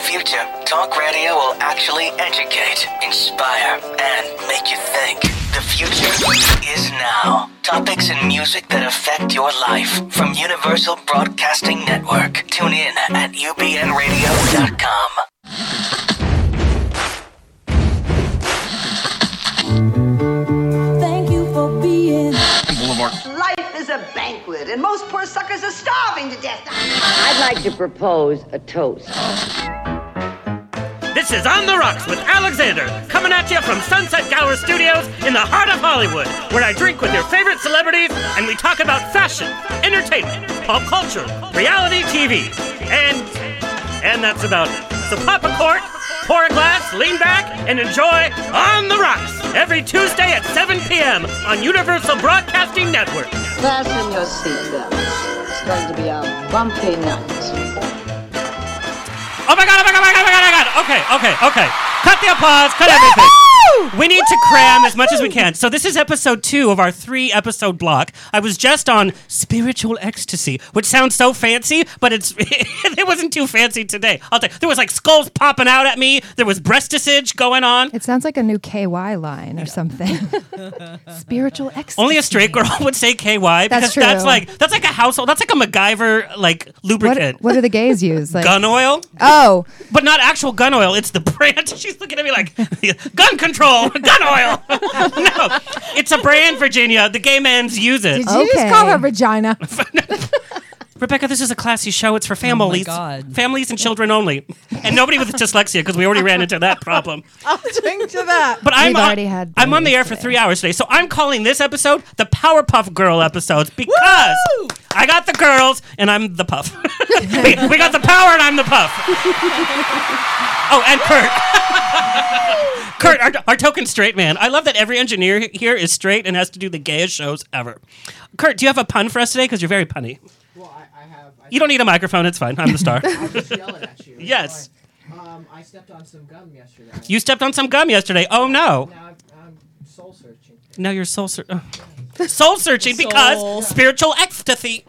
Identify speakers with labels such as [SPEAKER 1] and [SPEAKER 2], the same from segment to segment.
[SPEAKER 1] future, talk radio will actually educate, inspire, and make you think. The future is now. Topics and music that affect your life from Universal Broadcasting Network. Tune in at ubnradio.com.
[SPEAKER 2] Thank you for being.
[SPEAKER 3] Life is a banquet, and most poor suckers are starving to death.
[SPEAKER 4] I'd like to propose a toast.
[SPEAKER 5] This is On the Rocks with Alexander, coming at you from Sunset Gower Studios in the heart of Hollywood, where I drink with your favorite celebrities and we talk about fashion, entertainment, pop culture, reality TV, and and that's about it. So pop a cork, pour a glass, lean back, and enjoy On the Rocks every Tuesday at 7 p.m. on Universal Broadcasting Network.
[SPEAKER 6] Fasten your seatbelts. It's going to be a bumpy night.
[SPEAKER 5] Oh my god, oh my god, oh my god, oh my god, oh my god. Okay, okay, okay. Cut the applause, cut everything. We need to cram as much as we can. So this is episode two of our three episode block. I was just on spiritual ecstasy, which sounds so fancy, but it's it wasn't too fancy today. I'll tell you, there was like skulls popping out at me. There was breastisage going on.
[SPEAKER 7] It sounds like a new KY line or something. Spiritual ecstasy.
[SPEAKER 5] Only a straight girl would say KY because
[SPEAKER 7] That's true.
[SPEAKER 5] that's like that's like a household. That's like a MacGyver like lubricant.
[SPEAKER 7] What, what do the gays use? Like,
[SPEAKER 5] Gun oil.
[SPEAKER 7] oh,
[SPEAKER 5] But not actual gun oil. It's the brand. She's looking at me like, gun control, gun oil. no, it's a brand, Virginia. The gay men's use it.
[SPEAKER 7] Did you just Okay. call her
[SPEAKER 8] vagina?
[SPEAKER 5] Rebecca, this is a classy show. It's for families,
[SPEAKER 8] God.
[SPEAKER 5] families and children only, and nobody with dyslexia because we already ran into that problem.
[SPEAKER 8] I'll drink to that.
[SPEAKER 5] But I'm
[SPEAKER 7] We've
[SPEAKER 5] on,
[SPEAKER 7] already had
[SPEAKER 5] I'm on the air for
[SPEAKER 7] today.
[SPEAKER 5] three hours today, so I'm calling this episode the Powerpuff Girl episodes because I got the girls and I'm the puff. we, we got the power and I'm the puff. oh, and Kurt. Kurt, our, our token straight man. I love that every engineer he- here is straight and has to do the gayest shows ever. Kurt, do you have a pun for us today? Because you're very punny.
[SPEAKER 9] Well, I, I have. I
[SPEAKER 5] You don't need a microphone. It's fine. I'm the star.
[SPEAKER 9] I'm just yelling at you. It's
[SPEAKER 5] Yes.
[SPEAKER 9] fine. Um, I stepped on some gum yesterday.
[SPEAKER 5] you stepped on some gum yesterday. Oh no.
[SPEAKER 9] Now I'm, I'm soul searching.
[SPEAKER 5] Now you're soul searching. Soul searching
[SPEAKER 8] Soul. Mm-hmm.
[SPEAKER 5] because spiritual ecstasy.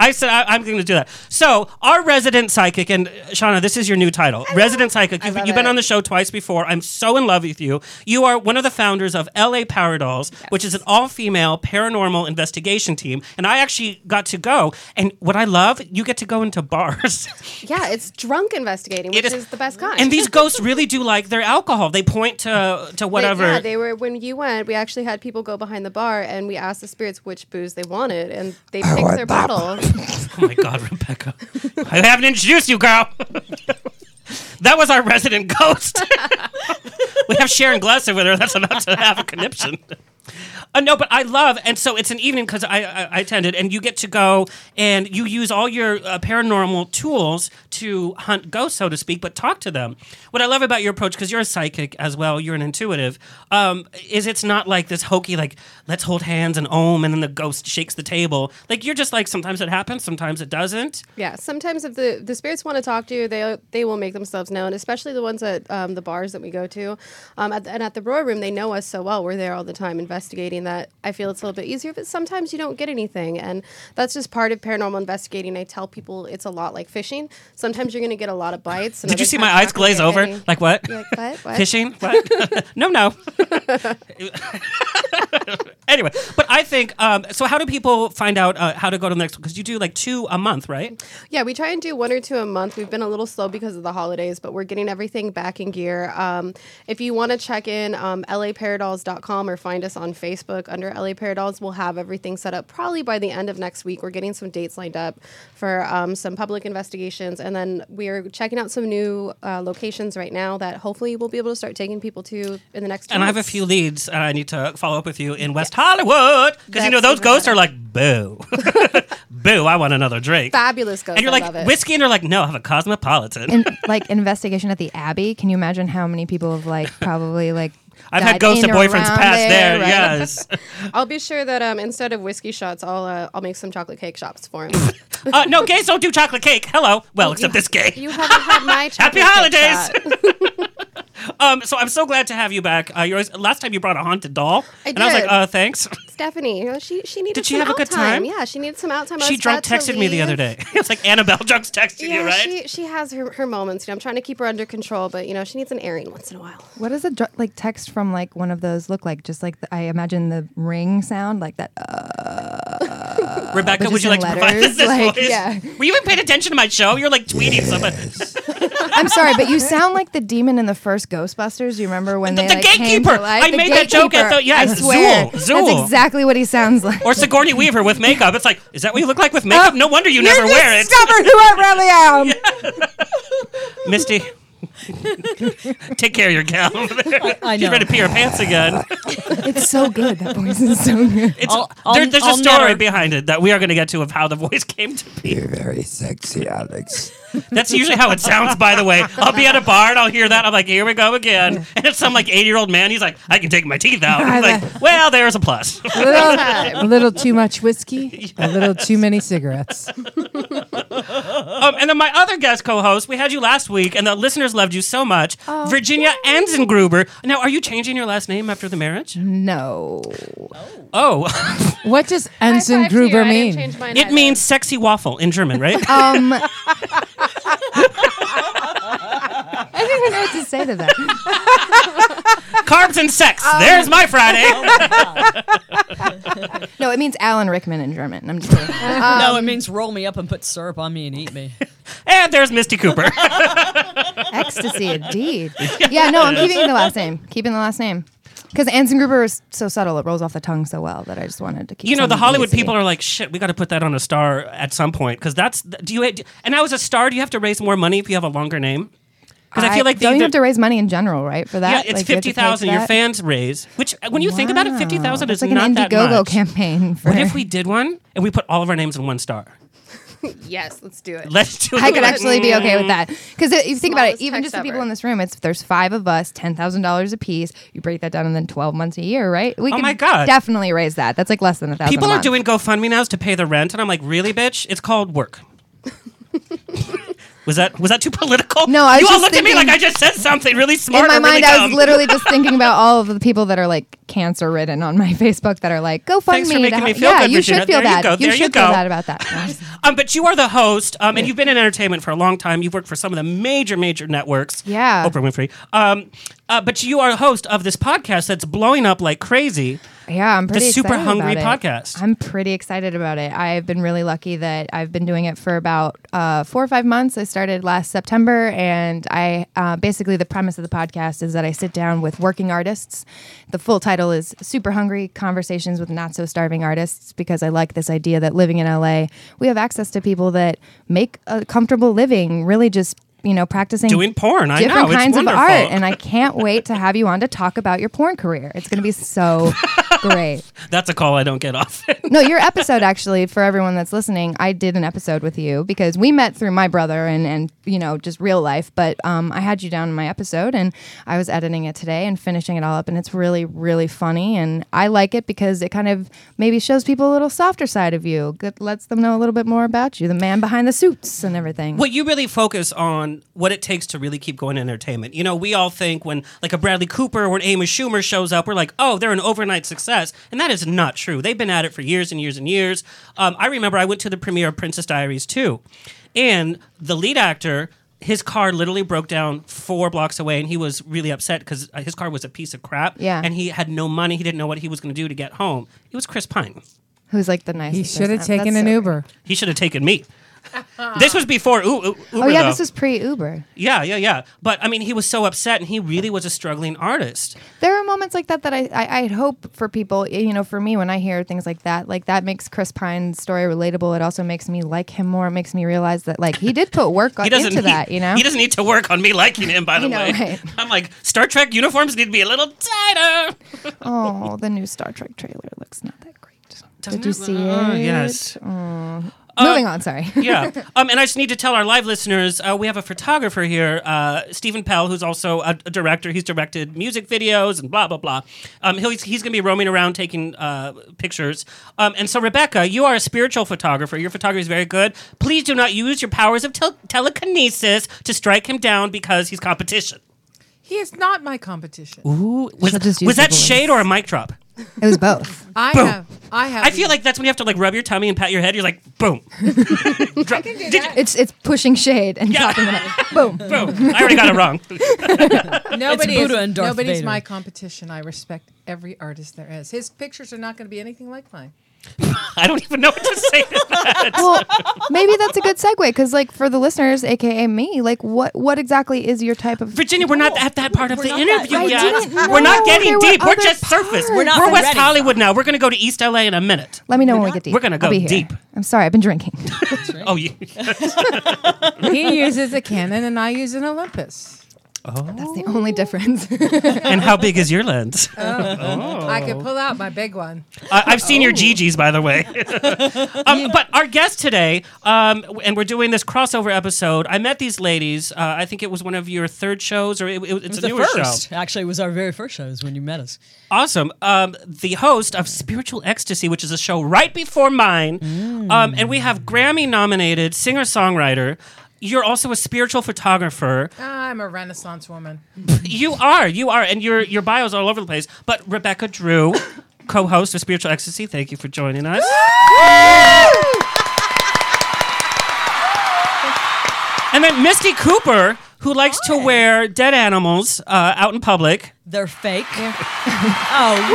[SPEAKER 5] I said I, I'm going to do that. So our resident psychic and uh, Shauna, this is your new title, resident psychic. You've,
[SPEAKER 8] love
[SPEAKER 5] you've been
[SPEAKER 8] it.
[SPEAKER 5] on the show twice before. I'm so in love with you. You are one of the founders of LA Power Dolls, which is an all-female paranormal investigation team. And I actually got to go. And what I love, you get to go into bars.
[SPEAKER 10] Yeah, it's drunk investigating,
[SPEAKER 5] It
[SPEAKER 10] which is,
[SPEAKER 5] is-
[SPEAKER 10] the best kind.
[SPEAKER 5] and these ghosts really do like their alcohol. They point to to
[SPEAKER 10] They-
[SPEAKER 5] whatever.
[SPEAKER 10] yeah, they were when you went. We actually had people go behind the bar, and we asked the spirits which booze they wanted, and they picked their bottle.
[SPEAKER 5] Oh my God, Rebecca. I haven't introduced you, girl. that was our resident ghost. we have Sharon Glass with her. That's about to have a conniption. Uh, no, but I love, and so it's an evening because I, I, I attended, and you get to go and you use all your uh, paranormal tools to hunt ghosts, so to speak, but talk to them. What I love about your approach, because you're a psychic as well, you're an intuitive, um, is it's not like this hokey, like, let's hold hands and ohm, and then the ghost shakes the table. Like, you're just like, sometimes it happens, sometimes it doesn't.
[SPEAKER 10] yeah, sometimes if the, the spirits want to talk to you, they they will make themselves known, especially the ones at um, the bars that we go to, um, at the, and at the Royal Room, they know us so well. We're there all the time investigating. That I feel it's a little bit easier, but sometimes you don't get anything, and that's just part of paranormal investigating. I tell people it's a lot like fishing. Sometimes you're going to get a lot of bites. and
[SPEAKER 5] Did you
[SPEAKER 10] other
[SPEAKER 5] see
[SPEAKER 10] times
[SPEAKER 5] my
[SPEAKER 10] you're not
[SPEAKER 5] eyes
[SPEAKER 10] gonna get
[SPEAKER 5] glaze over?
[SPEAKER 10] any.
[SPEAKER 5] Like what?
[SPEAKER 10] You're like, what? What?
[SPEAKER 5] Fishing? What? no, no. anyway, but I think um, so. How do people find out uh, how to go to the next? Because you do like two a month, right?
[SPEAKER 10] Yeah, we try and do one or two a month. We've been a little slow because of the holidays, but we're getting everything back in gear. Um, if you want to check in, um, laparadols.com or find us on Facebook under LA Paradolls. We'll have everything set up probably by the end of next week. We're getting some dates lined up for um, some public investigations, and then we're checking out some new uh, locations right now that hopefully we'll be able to start taking people to in the next. two
[SPEAKER 5] And I have a
[SPEAKER 10] months.
[SPEAKER 5] few leads. Uh, I need to follow up with you in West Hollywood because you know
[SPEAKER 10] That's
[SPEAKER 5] those ghosts are like boo, boo. I want another drink.
[SPEAKER 10] fabulous ghosts.
[SPEAKER 5] and you're
[SPEAKER 10] I love
[SPEAKER 5] like
[SPEAKER 10] it.
[SPEAKER 5] whiskey, and they're like, no, I have a cosmopolitan.
[SPEAKER 7] in, like investigation at the Abbey. Can you imagine how many people have like probably like
[SPEAKER 5] I've
[SPEAKER 7] died
[SPEAKER 5] had ghosts
[SPEAKER 7] in
[SPEAKER 5] and
[SPEAKER 7] or
[SPEAKER 5] boyfriends
[SPEAKER 7] around
[SPEAKER 5] pass there.
[SPEAKER 7] right?
[SPEAKER 5] Yes.
[SPEAKER 10] I'll be sure that um, instead of whiskey shots, I'll uh, I'll make some chocolate cake shops for him.
[SPEAKER 5] uh, no, gays don't do chocolate cake. Hello. Well, except this gay.
[SPEAKER 10] Oh, You haven't had my
[SPEAKER 5] Happy
[SPEAKER 10] chocolate cake
[SPEAKER 5] holidays!
[SPEAKER 10] shot.
[SPEAKER 5] Um, so I'm so glad to have you back. Uh, you always, last time you brought a haunted doll,
[SPEAKER 10] I
[SPEAKER 5] and I was like,
[SPEAKER 10] did.
[SPEAKER 5] uh, thanks.
[SPEAKER 10] Stephanie. you know, She she needed
[SPEAKER 5] Did she
[SPEAKER 10] some
[SPEAKER 5] have a
[SPEAKER 10] out
[SPEAKER 5] good time?
[SPEAKER 10] Yeah, she needed some out time. I
[SPEAKER 5] She
[SPEAKER 10] was
[SPEAKER 5] drunk
[SPEAKER 10] about to
[SPEAKER 5] texted me the other
[SPEAKER 10] leave.
[SPEAKER 5] day. It's like Annabelle drunk texted
[SPEAKER 10] Yeah,
[SPEAKER 5] you, right?
[SPEAKER 10] she she has her, her moments. You know, I'm trying to keep her under control, but you know, she needs an airing once in a while.
[SPEAKER 7] What does a dr- like text from like one of those look like? Just like the, I imagine the ring sound, like that. Uh,
[SPEAKER 5] Uh, Rebecca,
[SPEAKER 7] but
[SPEAKER 5] would
[SPEAKER 7] just
[SPEAKER 5] you like
[SPEAKER 7] in
[SPEAKER 5] to provide this,
[SPEAKER 7] letters,
[SPEAKER 5] this
[SPEAKER 7] like,
[SPEAKER 5] voice?
[SPEAKER 7] yeah.
[SPEAKER 5] Were you even paying attention to my show? You're like tweeting somebody.
[SPEAKER 7] I'm sorry, but you sound like the demon in the first Ghostbusters. You remember when
[SPEAKER 5] The-
[SPEAKER 7] they
[SPEAKER 5] the
[SPEAKER 7] like, came
[SPEAKER 5] gatekeeper!
[SPEAKER 7] to life?
[SPEAKER 5] I
[SPEAKER 7] The
[SPEAKER 5] made that joke. I
[SPEAKER 7] gatekeeper.
[SPEAKER 5] thought- yeah,
[SPEAKER 7] I swear,
[SPEAKER 5] Zool, Zool.
[SPEAKER 7] that's exactly what he sounds like.
[SPEAKER 5] or Sigourney Weaver with makeup. It's like, is that what you look like with makeup? no wonder you
[SPEAKER 7] Uh, You're
[SPEAKER 5] never wear it.
[SPEAKER 7] discovered who I really am.
[SPEAKER 5] Misty, take care of your gal over there.
[SPEAKER 2] I
[SPEAKER 5] She's
[SPEAKER 2] know.
[SPEAKER 5] ready to pee her pants again.
[SPEAKER 7] It's so good. That voice is so good.
[SPEAKER 5] It's,
[SPEAKER 2] I'll- I'll-
[SPEAKER 5] there- there's a
[SPEAKER 2] I'll
[SPEAKER 5] story
[SPEAKER 2] never-
[SPEAKER 5] behind it that we are going to get to of how the voice came to be.
[SPEAKER 8] You're very sexy, Alex.
[SPEAKER 5] That's usually how it sounds, by the way. I'll be at a bar and I'll hear that. I'm like, here we go again. And it's some like 80 year old man. He's like, I can take my teeth out. I'm like, well, there's a plus.
[SPEAKER 2] A little, a little too much whiskey, a little too many cigarettes.
[SPEAKER 5] Um, and then my other guest co-host, we had you last week, and the listeners loved you so much. Virginia Ansengruber. Now, are you changing your last name after the marriage?
[SPEAKER 7] No,
[SPEAKER 5] Oh,
[SPEAKER 2] What does Ensign Gruber mean?
[SPEAKER 5] it means sexy waffle in German, right?
[SPEAKER 7] um, I don't even know what to say to that.
[SPEAKER 5] Carbs and sex. There's my Friday.
[SPEAKER 7] No, it means Alan Rickman in German. I'm just kidding.
[SPEAKER 2] no, it means roll me up and put syrup on me and eat me.
[SPEAKER 5] and there's Misty Cooper.
[SPEAKER 7] Ecstasy, indeed. Yeah, no, I'm keeping the last name. Keeping the last name. Because Anson Gruber is so subtle, it rolls off the tongue so well that I just wanted to keep.
[SPEAKER 5] you know, the
[SPEAKER 7] something
[SPEAKER 5] Hollywood
[SPEAKER 7] easy.
[SPEAKER 5] people are like, shit, we got to put that on a star at some point because that's do you and I was a star. Do you have to raise more money if you have a longer name? Because I, feel like they
[SPEAKER 7] don't you
[SPEAKER 5] either-
[SPEAKER 7] have to raise money in general, right? For
[SPEAKER 5] Yeah,
[SPEAKER 7] that,
[SPEAKER 5] it's
[SPEAKER 7] Like, you have to
[SPEAKER 5] fifty thousand.
[SPEAKER 7] pay for
[SPEAKER 5] Your
[SPEAKER 7] that?
[SPEAKER 5] fans raise, which uh, when you think about it,
[SPEAKER 7] Wow.
[SPEAKER 5] fifty thousand is
[SPEAKER 7] That's like
[SPEAKER 5] not
[SPEAKER 7] an
[SPEAKER 5] that
[SPEAKER 7] Indiegogo
[SPEAKER 5] much.
[SPEAKER 7] campaign. For
[SPEAKER 5] What if we did one and we put all of our names in one star?
[SPEAKER 10] Yes, let's do it.
[SPEAKER 5] Let's do it.
[SPEAKER 7] I could actually be okay with that because you think about it.
[SPEAKER 10] Smallest
[SPEAKER 7] Even just
[SPEAKER 10] text
[SPEAKER 7] the people
[SPEAKER 10] ever.
[SPEAKER 7] in this room, it's there's five of us, ten thousand dollars a piece. You break that down, and then twelve months a year, right? We
[SPEAKER 5] Oh
[SPEAKER 7] could
[SPEAKER 5] my God.
[SPEAKER 7] definitely raise that. That's like less than a thousand.
[SPEAKER 5] People
[SPEAKER 7] a
[SPEAKER 5] are
[SPEAKER 7] month.
[SPEAKER 5] doing GoFundMe nows to pay the rent, and I'm like, really, bitch? It's called work. was that was that too political?
[SPEAKER 7] No, I was
[SPEAKER 5] you all
[SPEAKER 7] just
[SPEAKER 5] looked at me
[SPEAKER 7] thinking-
[SPEAKER 5] like I just said something really smart
[SPEAKER 7] in my
[SPEAKER 5] or really
[SPEAKER 7] mind, I
[SPEAKER 5] dumb.
[SPEAKER 7] was literally just thinking about all of the people that are like cancer ridden on my Facebook that are like, "Go fund
[SPEAKER 5] Thanks for
[SPEAKER 7] me." to
[SPEAKER 5] making me
[SPEAKER 7] help."
[SPEAKER 5] feel
[SPEAKER 7] yeah,
[SPEAKER 5] good,
[SPEAKER 7] you
[SPEAKER 5] Regina.
[SPEAKER 7] should feel
[SPEAKER 5] There you
[SPEAKER 7] bad.
[SPEAKER 5] go. There you
[SPEAKER 7] should
[SPEAKER 5] go.
[SPEAKER 7] feel bad about that.
[SPEAKER 5] Um, but you are the host, um, and you've been in entertainment for a long time. You've worked for some of the major, major networks.
[SPEAKER 7] Yeah.
[SPEAKER 5] Oprah Winfrey. Um, uh, but you are a host of this podcast that's blowing up like crazy.
[SPEAKER 7] Yeah, I'm pretty
[SPEAKER 5] Super
[SPEAKER 7] excited
[SPEAKER 5] Hungry
[SPEAKER 7] about it.
[SPEAKER 5] podcast.
[SPEAKER 7] I'm pretty excited about it. I've been really lucky that I've been doing it for about uh, four or five months. I started last September, and I uh, basically the premise of the podcast is that I sit down with working artists. The full title is Super Hungry Conversations with Not So Starving Artists because I like this idea that living in LA, we have access to people that make a comfortable living, really just you know practicing
[SPEAKER 5] Doing porn. I know.
[SPEAKER 7] different
[SPEAKER 5] It's
[SPEAKER 7] kinds of
[SPEAKER 5] wonderful.
[SPEAKER 7] art and i can't wait to have you on to talk about your porn career it's going to be so great
[SPEAKER 5] That's a call I don't get often.
[SPEAKER 7] no your episode actually for everyone that's listening i did an episode with you because we met through my brother and and you know just real life but um, i had you down in my episode and i was editing it today and finishing it all up and it's really really funny and i like it because it kind of maybe shows people a little softer side of you that lets them know a little bit more about you the man behind the suits and everything
[SPEAKER 5] Well, you really focus on what it takes to really keep going in entertainment. You know, we all think when like a Bradley Cooper or an Amos Schumer shows up, we're like, oh, they're an overnight success, and that is not true. They've been at it for years and years and years. Um, I remember I went to the premiere of Princess Diaries too, and the lead actor. His car literally broke down four blocks away, and he was really upset because his car was a piece of crap.
[SPEAKER 7] Yeah.
[SPEAKER 5] And he had no money. He didn't know what he was going to do to get home. It was Chris Pine.
[SPEAKER 7] who's like the nice
[SPEAKER 2] He should have taken an Uber.
[SPEAKER 5] He should have taken me. this was before U- U- Uber.
[SPEAKER 7] oh yeah
[SPEAKER 5] though.
[SPEAKER 7] this was pre-uber
[SPEAKER 5] Yeah, yeah, yeah. But I mean, he was so upset, and he really was a struggling artist.
[SPEAKER 7] there are moments like that that I, I I'd hope for people. You know, for me, when I hear things like that, like that makes Chris Pine's story relatable. It also makes me like him more. It makes me realize that like he did put work
[SPEAKER 5] He
[SPEAKER 7] on,
[SPEAKER 5] doesn't
[SPEAKER 7] Uh, into
[SPEAKER 5] need,
[SPEAKER 7] that. You know,
[SPEAKER 5] he doesn't need to work on me liking him. By the
[SPEAKER 7] I know,
[SPEAKER 5] way,
[SPEAKER 7] right.
[SPEAKER 5] I'm like Star Trek uniforms need to be a little tighter.
[SPEAKER 7] oh, the new Star Trek trailer looks not that great. did you
[SPEAKER 5] it?
[SPEAKER 7] see
[SPEAKER 5] Oh,
[SPEAKER 7] it?
[SPEAKER 5] yes. Uh,
[SPEAKER 7] Moving on. Sorry.
[SPEAKER 5] yeah. Um, and I just need to tell our live listeners uh, we have a photographer here, uh, Stephen Pell, who's also a, a director. He's directed music videos and blah, blah, blah. Um, he'll, he's going to be roaming around taking uh, pictures. Um, and so, Rebecca, you are a spiritual photographer. Your photography is very good. Please do not use your powers of tel- telekinesis to strike him down because he's competition.
[SPEAKER 2] He is not my competition.
[SPEAKER 5] Ooh, was,
[SPEAKER 7] She'll just use
[SPEAKER 5] was
[SPEAKER 7] the
[SPEAKER 5] that
[SPEAKER 7] balloons.
[SPEAKER 5] shade or a mic drop?
[SPEAKER 7] It was both.
[SPEAKER 11] I
[SPEAKER 5] Boom.
[SPEAKER 11] have. I have.
[SPEAKER 5] I feel like that's when you have to like rub your tummy and pat your head. You're like, boom.
[SPEAKER 7] It's it's pushing shade and dropping it. Boom.
[SPEAKER 5] I already got it wrong.
[SPEAKER 2] Nobody is-
[SPEAKER 11] Buddha and Darth
[SPEAKER 2] nobody's
[SPEAKER 11] Vader.
[SPEAKER 2] my competition. I respect every artist there is. His pictures are not going to be anything like mine.
[SPEAKER 5] I don't even know what to say. to that.
[SPEAKER 7] well, maybe that's a good segue because, like, for the listeners, aka me, like, what what exactly is your type of
[SPEAKER 5] Virginia? We're not at that part of the interview
[SPEAKER 7] I
[SPEAKER 5] yet.
[SPEAKER 7] didn't
[SPEAKER 5] We're
[SPEAKER 7] know
[SPEAKER 5] not
[SPEAKER 7] there
[SPEAKER 5] getting
[SPEAKER 7] were
[SPEAKER 5] deep. We're
[SPEAKER 7] other
[SPEAKER 5] just surface.
[SPEAKER 7] We're not
[SPEAKER 5] We're West
[SPEAKER 7] ready.
[SPEAKER 5] Hollywood now. We're going to go to East LA in a minute.
[SPEAKER 7] Let me know when we get deep.
[SPEAKER 5] We're gonna
[SPEAKER 7] I'll
[SPEAKER 5] go
[SPEAKER 7] be here.
[SPEAKER 5] deep.
[SPEAKER 7] I'm sorry, I've been drinking.
[SPEAKER 5] Oh, you.
[SPEAKER 2] He uses a Canon and I use an Olympus.
[SPEAKER 5] oh.
[SPEAKER 7] That's the only difference.
[SPEAKER 5] And how big is your lens?
[SPEAKER 2] I could pull out my big one.
[SPEAKER 5] I, I've seen your GGs, by the way. um, but our guest today, um, w- and we're doing this crossover episode. I met these ladies. Uh, I think it was one of your third shows, or it, it- it's
[SPEAKER 11] It was
[SPEAKER 5] a
[SPEAKER 11] the
[SPEAKER 5] newer
[SPEAKER 11] first.
[SPEAKER 5] show.
[SPEAKER 11] Actually, it was our very first show. Is when you met us.
[SPEAKER 5] Awesome. Um, the host of Spiritual Ecstasy, which is a show right before mine, um, and we have Grammy-nominated singer-songwriter. You're also a spiritual photographer.
[SPEAKER 2] I'm a Renaissance woman.
[SPEAKER 5] You are, you are, and your your bio's all over the place. But Rebecca Drew, co-host of Spiritual Ecstasy, thank you for joining us. and then Misty Cooper, who likes to wear dead animals uh, out in public.
[SPEAKER 11] They're fake. oh,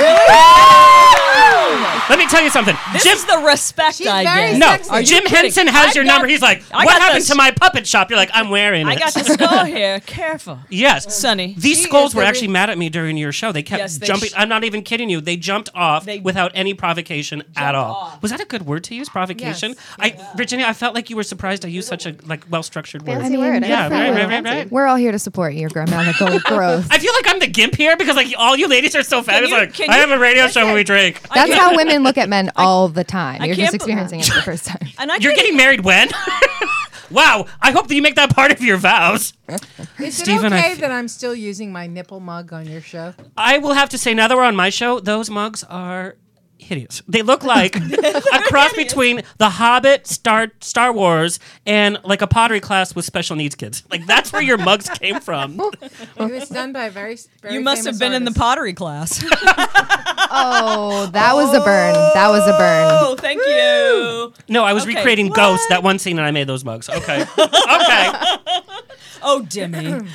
[SPEAKER 5] Let me tell you something.
[SPEAKER 11] This
[SPEAKER 5] Jim,
[SPEAKER 11] is the respect I get.
[SPEAKER 2] very
[SPEAKER 5] no,
[SPEAKER 11] Are you
[SPEAKER 5] Jim
[SPEAKER 11] kidding?
[SPEAKER 5] Henson has
[SPEAKER 11] I've
[SPEAKER 5] your
[SPEAKER 11] got-
[SPEAKER 5] number. He's like,
[SPEAKER 11] I
[SPEAKER 5] "What
[SPEAKER 11] got
[SPEAKER 5] happened
[SPEAKER 11] this-
[SPEAKER 5] to my puppet shop?" You're like, "I'm wearing it."
[SPEAKER 11] I got the skull here. Careful,
[SPEAKER 5] Yes.
[SPEAKER 11] Sonny.
[SPEAKER 5] These
[SPEAKER 11] She
[SPEAKER 5] skulls
[SPEAKER 11] is
[SPEAKER 5] were
[SPEAKER 11] the
[SPEAKER 5] actually
[SPEAKER 11] re-
[SPEAKER 5] mad at me during your show. They kept
[SPEAKER 11] Yes, they
[SPEAKER 5] jumping.
[SPEAKER 11] sh-
[SPEAKER 5] I'm not even kidding you. They jumped off
[SPEAKER 11] They-
[SPEAKER 5] without any provocation at all.
[SPEAKER 11] off.
[SPEAKER 5] Was that a good word to use? Provocation.
[SPEAKER 2] Yes.
[SPEAKER 5] I, Virginia, I felt like you were surprised I used such a like well structured word.
[SPEAKER 7] I mean,
[SPEAKER 10] word. I
[SPEAKER 5] yeah,
[SPEAKER 10] like that
[SPEAKER 5] right,
[SPEAKER 10] word.
[SPEAKER 5] right, right, right.
[SPEAKER 7] We're all here to support your grammatical growth.
[SPEAKER 5] I feel like I'm the gimp here because like all you ladies are so fabulous.
[SPEAKER 11] you-
[SPEAKER 5] like
[SPEAKER 11] can
[SPEAKER 5] I
[SPEAKER 11] you-
[SPEAKER 5] have a radio show when we drink.
[SPEAKER 7] That's how women look at men all the time. You're
[SPEAKER 11] can't
[SPEAKER 7] just experiencing it for the first time.
[SPEAKER 11] And I
[SPEAKER 5] You're
[SPEAKER 11] couldn't-
[SPEAKER 5] getting married when? wow. I hope that you make that part of your vows.
[SPEAKER 2] Is
[SPEAKER 5] Stephen,
[SPEAKER 2] it
[SPEAKER 5] I
[SPEAKER 2] okay
[SPEAKER 5] f-
[SPEAKER 2] that I'm still using my nipple mug on your show?
[SPEAKER 5] I will have to say now that we're on my show, those mugs are hideous. They look like a cross between The Hobbit, Star Star Wars, and like a pottery class with special needs kids. Like that's where your mugs came from.
[SPEAKER 2] It was done by a very, very
[SPEAKER 11] You must have
[SPEAKER 2] famous
[SPEAKER 11] been in the
[SPEAKER 2] artist.
[SPEAKER 11] pottery class.
[SPEAKER 7] Oh, that was a burn. That was a burn.
[SPEAKER 11] Oh, thank you.
[SPEAKER 5] No, I was
[SPEAKER 11] Okay,
[SPEAKER 5] recreating
[SPEAKER 11] what?
[SPEAKER 5] Ghost that one scene, and I made those mugs. Okay, okay.
[SPEAKER 11] Oh, Demi.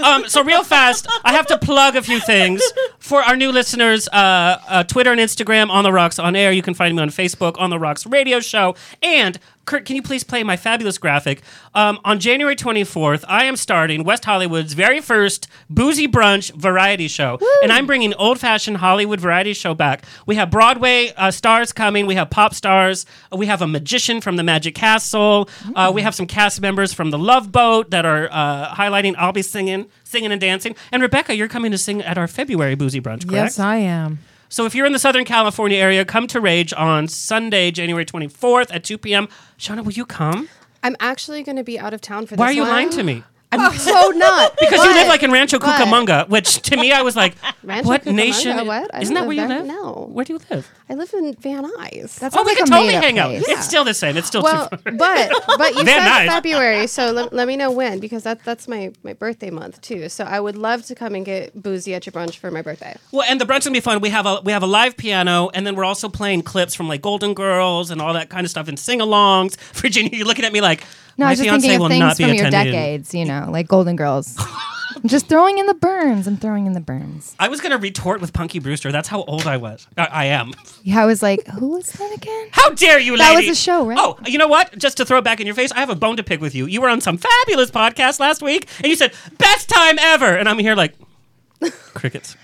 [SPEAKER 5] Um, so real fast, I have to plug a few things for our new listeners. Uh, uh, Twitter and Instagram on the Rocks on air. You can find me on Facebook on the Rocks Radio Show. And Kurt, can you please play my fabulous graphic? Um, on January 24th, I am starting West Hollywood's very first boozy brunch variety show, and I'm bringing old-fashioned Hollywood variety show back. We have Broadway uh, stars coming. We have pop stars. Uh, We have a magician from the Magic Castle. Uh, we have some cast members from the Love Boat that are uh, highlighting. I'll be singing, singing and dancing. And Rebecca, you're coming to sing at our February boozy brunch, correct?
[SPEAKER 2] Yes, I am.
[SPEAKER 5] So if you're in the Southern California area, come to Rage on Sunday, January 24th at 2 p.m. Shauna, will you come?
[SPEAKER 10] I'm actually going to be out of town for
[SPEAKER 5] Why are
[SPEAKER 10] this
[SPEAKER 5] you lying
[SPEAKER 10] one.
[SPEAKER 5] to me?
[SPEAKER 10] I'm so not.
[SPEAKER 5] Because you live
[SPEAKER 10] But-
[SPEAKER 5] like in Rancho
[SPEAKER 10] but-
[SPEAKER 5] Cucamonga, which to me I was like,
[SPEAKER 10] Rancho
[SPEAKER 5] what
[SPEAKER 10] Cucamonga?
[SPEAKER 5] nation?
[SPEAKER 7] Uh,
[SPEAKER 10] Oh, what? I
[SPEAKER 5] Isn't that
[SPEAKER 10] don't
[SPEAKER 5] where you
[SPEAKER 10] live
[SPEAKER 5] live?
[SPEAKER 10] there. No.
[SPEAKER 5] Where do you live?
[SPEAKER 10] I live in Van Nuys.
[SPEAKER 7] That
[SPEAKER 5] oh,
[SPEAKER 7] sounds
[SPEAKER 5] we
[SPEAKER 7] like
[SPEAKER 5] can
[SPEAKER 7] a
[SPEAKER 5] totally
[SPEAKER 7] made-up
[SPEAKER 5] hang out.
[SPEAKER 7] place.
[SPEAKER 5] It's still the same. It's still
[SPEAKER 10] well,
[SPEAKER 5] too far.
[SPEAKER 10] but but you
[SPEAKER 5] Van
[SPEAKER 10] said
[SPEAKER 5] Nuys.
[SPEAKER 10] February, so let, let me know when because that that's my my birthday month too. So I would love to come and get boozy at your brunch for my birthday.
[SPEAKER 5] Well, and the brunch is gonna be fun. We have a we have a live piano, and then we're also playing clips from like Golden Girls and all that kind of stuff and sing-alongs. Virginia, you're looking at me like
[SPEAKER 7] No,
[SPEAKER 5] my
[SPEAKER 7] I was just
[SPEAKER 5] fiance
[SPEAKER 7] thinking
[SPEAKER 5] will
[SPEAKER 7] of
[SPEAKER 5] not
[SPEAKER 7] things
[SPEAKER 5] be
[SPEAKER 7] from your
[SPEAKER 5] attending.
[SPEAKER 7] decades, you know, like Golden Girls. I'm just throwing in the burns. I'm throwing in the burns.
[SPEAKER 5] I was gonna retort with Punky Brewster. That's how old I was. I, I am.
[SPEAKER 7] Yeah, I was like, who was that again?
[SPEAKER 5] How dare you,
[SPEAKER 7] That
[SPEAKER 5] lady?
[SPEAKER 7] was a show, right?
[SPEAKER 5] Oh, you know what? Just to throw it back in your face, I have a bone to pick with you. You were on some fabulous podcast last week, and you said best time ever, and I'm here like crickets.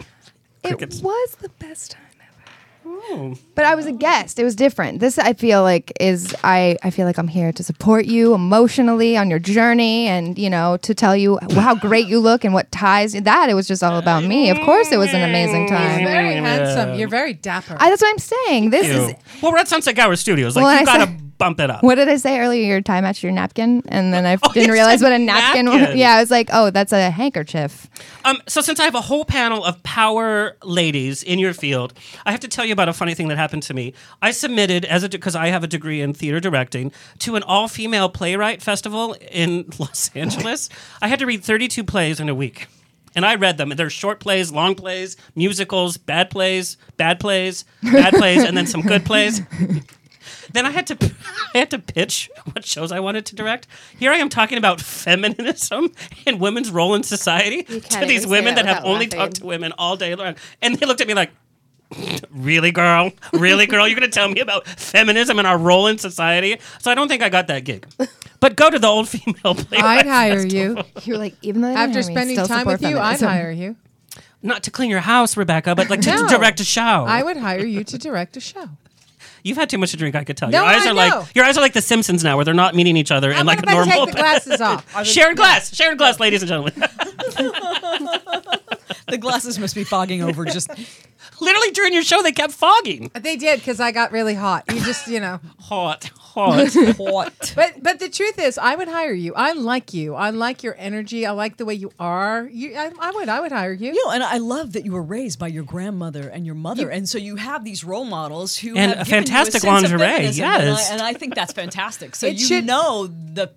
[SPEAKER 5] Crickets. Oh.
[SPEAKER 7] It was the best time ever. But I was a guest. It was different. This I feel like is I I feel like I'm here to support you emotionally on your journey and you know to tell you how great you look and what ties that it was just all about me. Of course it was an amazing
[SPEAKER 5] Mm-hmm.
[SPEAKER 7] time.
[SPEAKER 2] Very handsome. You're very dapper.
[SPEAKER 7] I, that's what I'm saying. This
[SPEAKER 5] Ew.
[SPEAKER 7] is
[SPEAKER 5] Well, we're at Sunset Gower Studios. Like
[SPEAKER 7] Well,
[SPEAKER 5] you
[SPEAKER 7] I
[SPEAKER 5] gotta
[SPEAKER 7] said-
[SPEAKER 5] bump it up.
[SPEAKER 7] what did I say earlier? Your tie matched your napkin, and then I f-
[SPEAKER 5] Oh,
[SPEAKER 7] didn't
[SPEAKER 5] you
[SPEAKER 7] realize
[SPEAKER 5] said
[SPEAKER 7] what a napkin, was.
[SPEAKER 5] napkin.
[SPEAKER 7] Yeah, I was like, oh, that's a handkerchief.
[SPEAKER 5] Um, so since I have a whole panel of power ladies in your field, I have to tell you about a funny thing that happened to me. I submitted as a because I have a degree in theater directing to an all-female playwright festival in Los Angeles. I had to read 32 plays in a week. and I read them. There's short plays, long plays, musicals, bad plays, bad plays, bad plays, and then some good plays. Then I had to I had to pitch what shows I wanted to direct. Here I am talking about feminism and women's role in society to
[SPEAKER 12] can't even
[SPEAKER 5] these
[SPEAKER 12] say
[SPEAKER 5] women
[SPEAKER 12] that
[SPEAKER 5] that have
[SPEAKER 12] without
[SPEAKER 5] only
[SPEAKER 12] laughing.
[SPEAKER 5] talked to women all day long, and they looked at me like, "Really, girl? Really, girl? You're going to tell me about feminism and our role in society?" So I don't think I got that gig. But go to the old female playwright.
[SPEAKER 2] I'd hire
[SPEAKER 5] Festival.
[SPEAKER 2] you.
[SPEAKER 7] You're like, even though
[SPEAKER 2] after spending time with you, I'd hire you.
[SPEAKER 5] Not to clean your house, Rebecca, but like to, to
[SPEAKER 2] No.
[SPEAKER 5] direct a
[SPEAKER 11] Oh.
[SPEAKER 5] show.
[SPEAKER 2] I would hire you to direct a show.
[SPEAKER 5] You've had too much to drink. I could tell.
[SPEAKER 2] No,
[SPEAKER 5] your eyes
[SPEAKER 2] I
[SPEAKER 5] are
[SPEAKER 2] know.
[SPEAKER 5] like your eyes are like the Simpsons now, where they're not meeting each other in like a
[SPEAKER 2] Everybody
[SPEAKER 5] normal.
[SPEAKER 2] take the glasses off.
[SPEAKER 5] Sharon Glass, Sharon Glass, ladies and gentlemen.
[SPEAKER 11] the glasses must be fogging over. Just
[SPEAKER 5] Literally during your show, they kept fogging.
[SPEAKER 2] They did because I got really hot. You just, you know,
[SPEAKER 5] hot, hot,
[SPEAKER 11] hot.
[SPEAKER 2] But but the truth is, I would hire you. I like you. I like your energy. I like the way you are. You, I, I would, I would hire you.
[SPEAKER 11] No, and I love that you were raised by your grandmother and your mother, and so you have these role models who
[SPEAKER 5] And
[SPEAKER 11] have
[SPEAKER 5] a
[SPEAKER 11] given you
[SPEAKER 5] fantastic
[SPEAKER 11] sense of
[SPEAKER 5] lingerie,
[SPEAKER 11] feminism, and I,
[SPEAKER 5] yes.
[SPEAKER 11] and I think that's fantastic. So
[SPEAKER 2] It
[SPEAKER 11] you
[SPEAKER 2] should-
[SPEAKER 11] know the,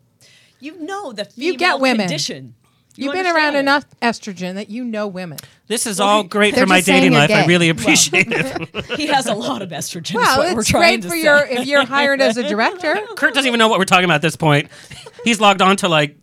[SPEAKER 11] you know the female
[SPEAKER 2] You get women.
[SPEAKER 11] condition. You
[SPEAKER 2] You've been around enough estrogen that you know women.
[SPEAKER 5] This is all great
[SPEAKER 2] They're
[SPEAKER 5] for my
[SPEAKER 2] just saying
[SPEAKER 5] dating
[SPEAKER 2] you're
[SPEAKER 5] life. I
[SPEAKER 2] gay.
[SPEAKER 5] really appreciate it.
[SPEAKER 11] he has a lot of estrogen. is
[SPEAKER 2] Well,
[SPEAKER 11] what we're
[SPEAKER 2] it's
[SPEAKER 11] trying
[SPEAKER 2] great
[SPEAKER 11] to
[SPEAKER 2] for
[SPEAKER 11] say.
[SPEAKER 2] your if you're hired as a director.
[SPEAKER 5] Kurt doesn't even know what we're talking about at this point. He's logged on to like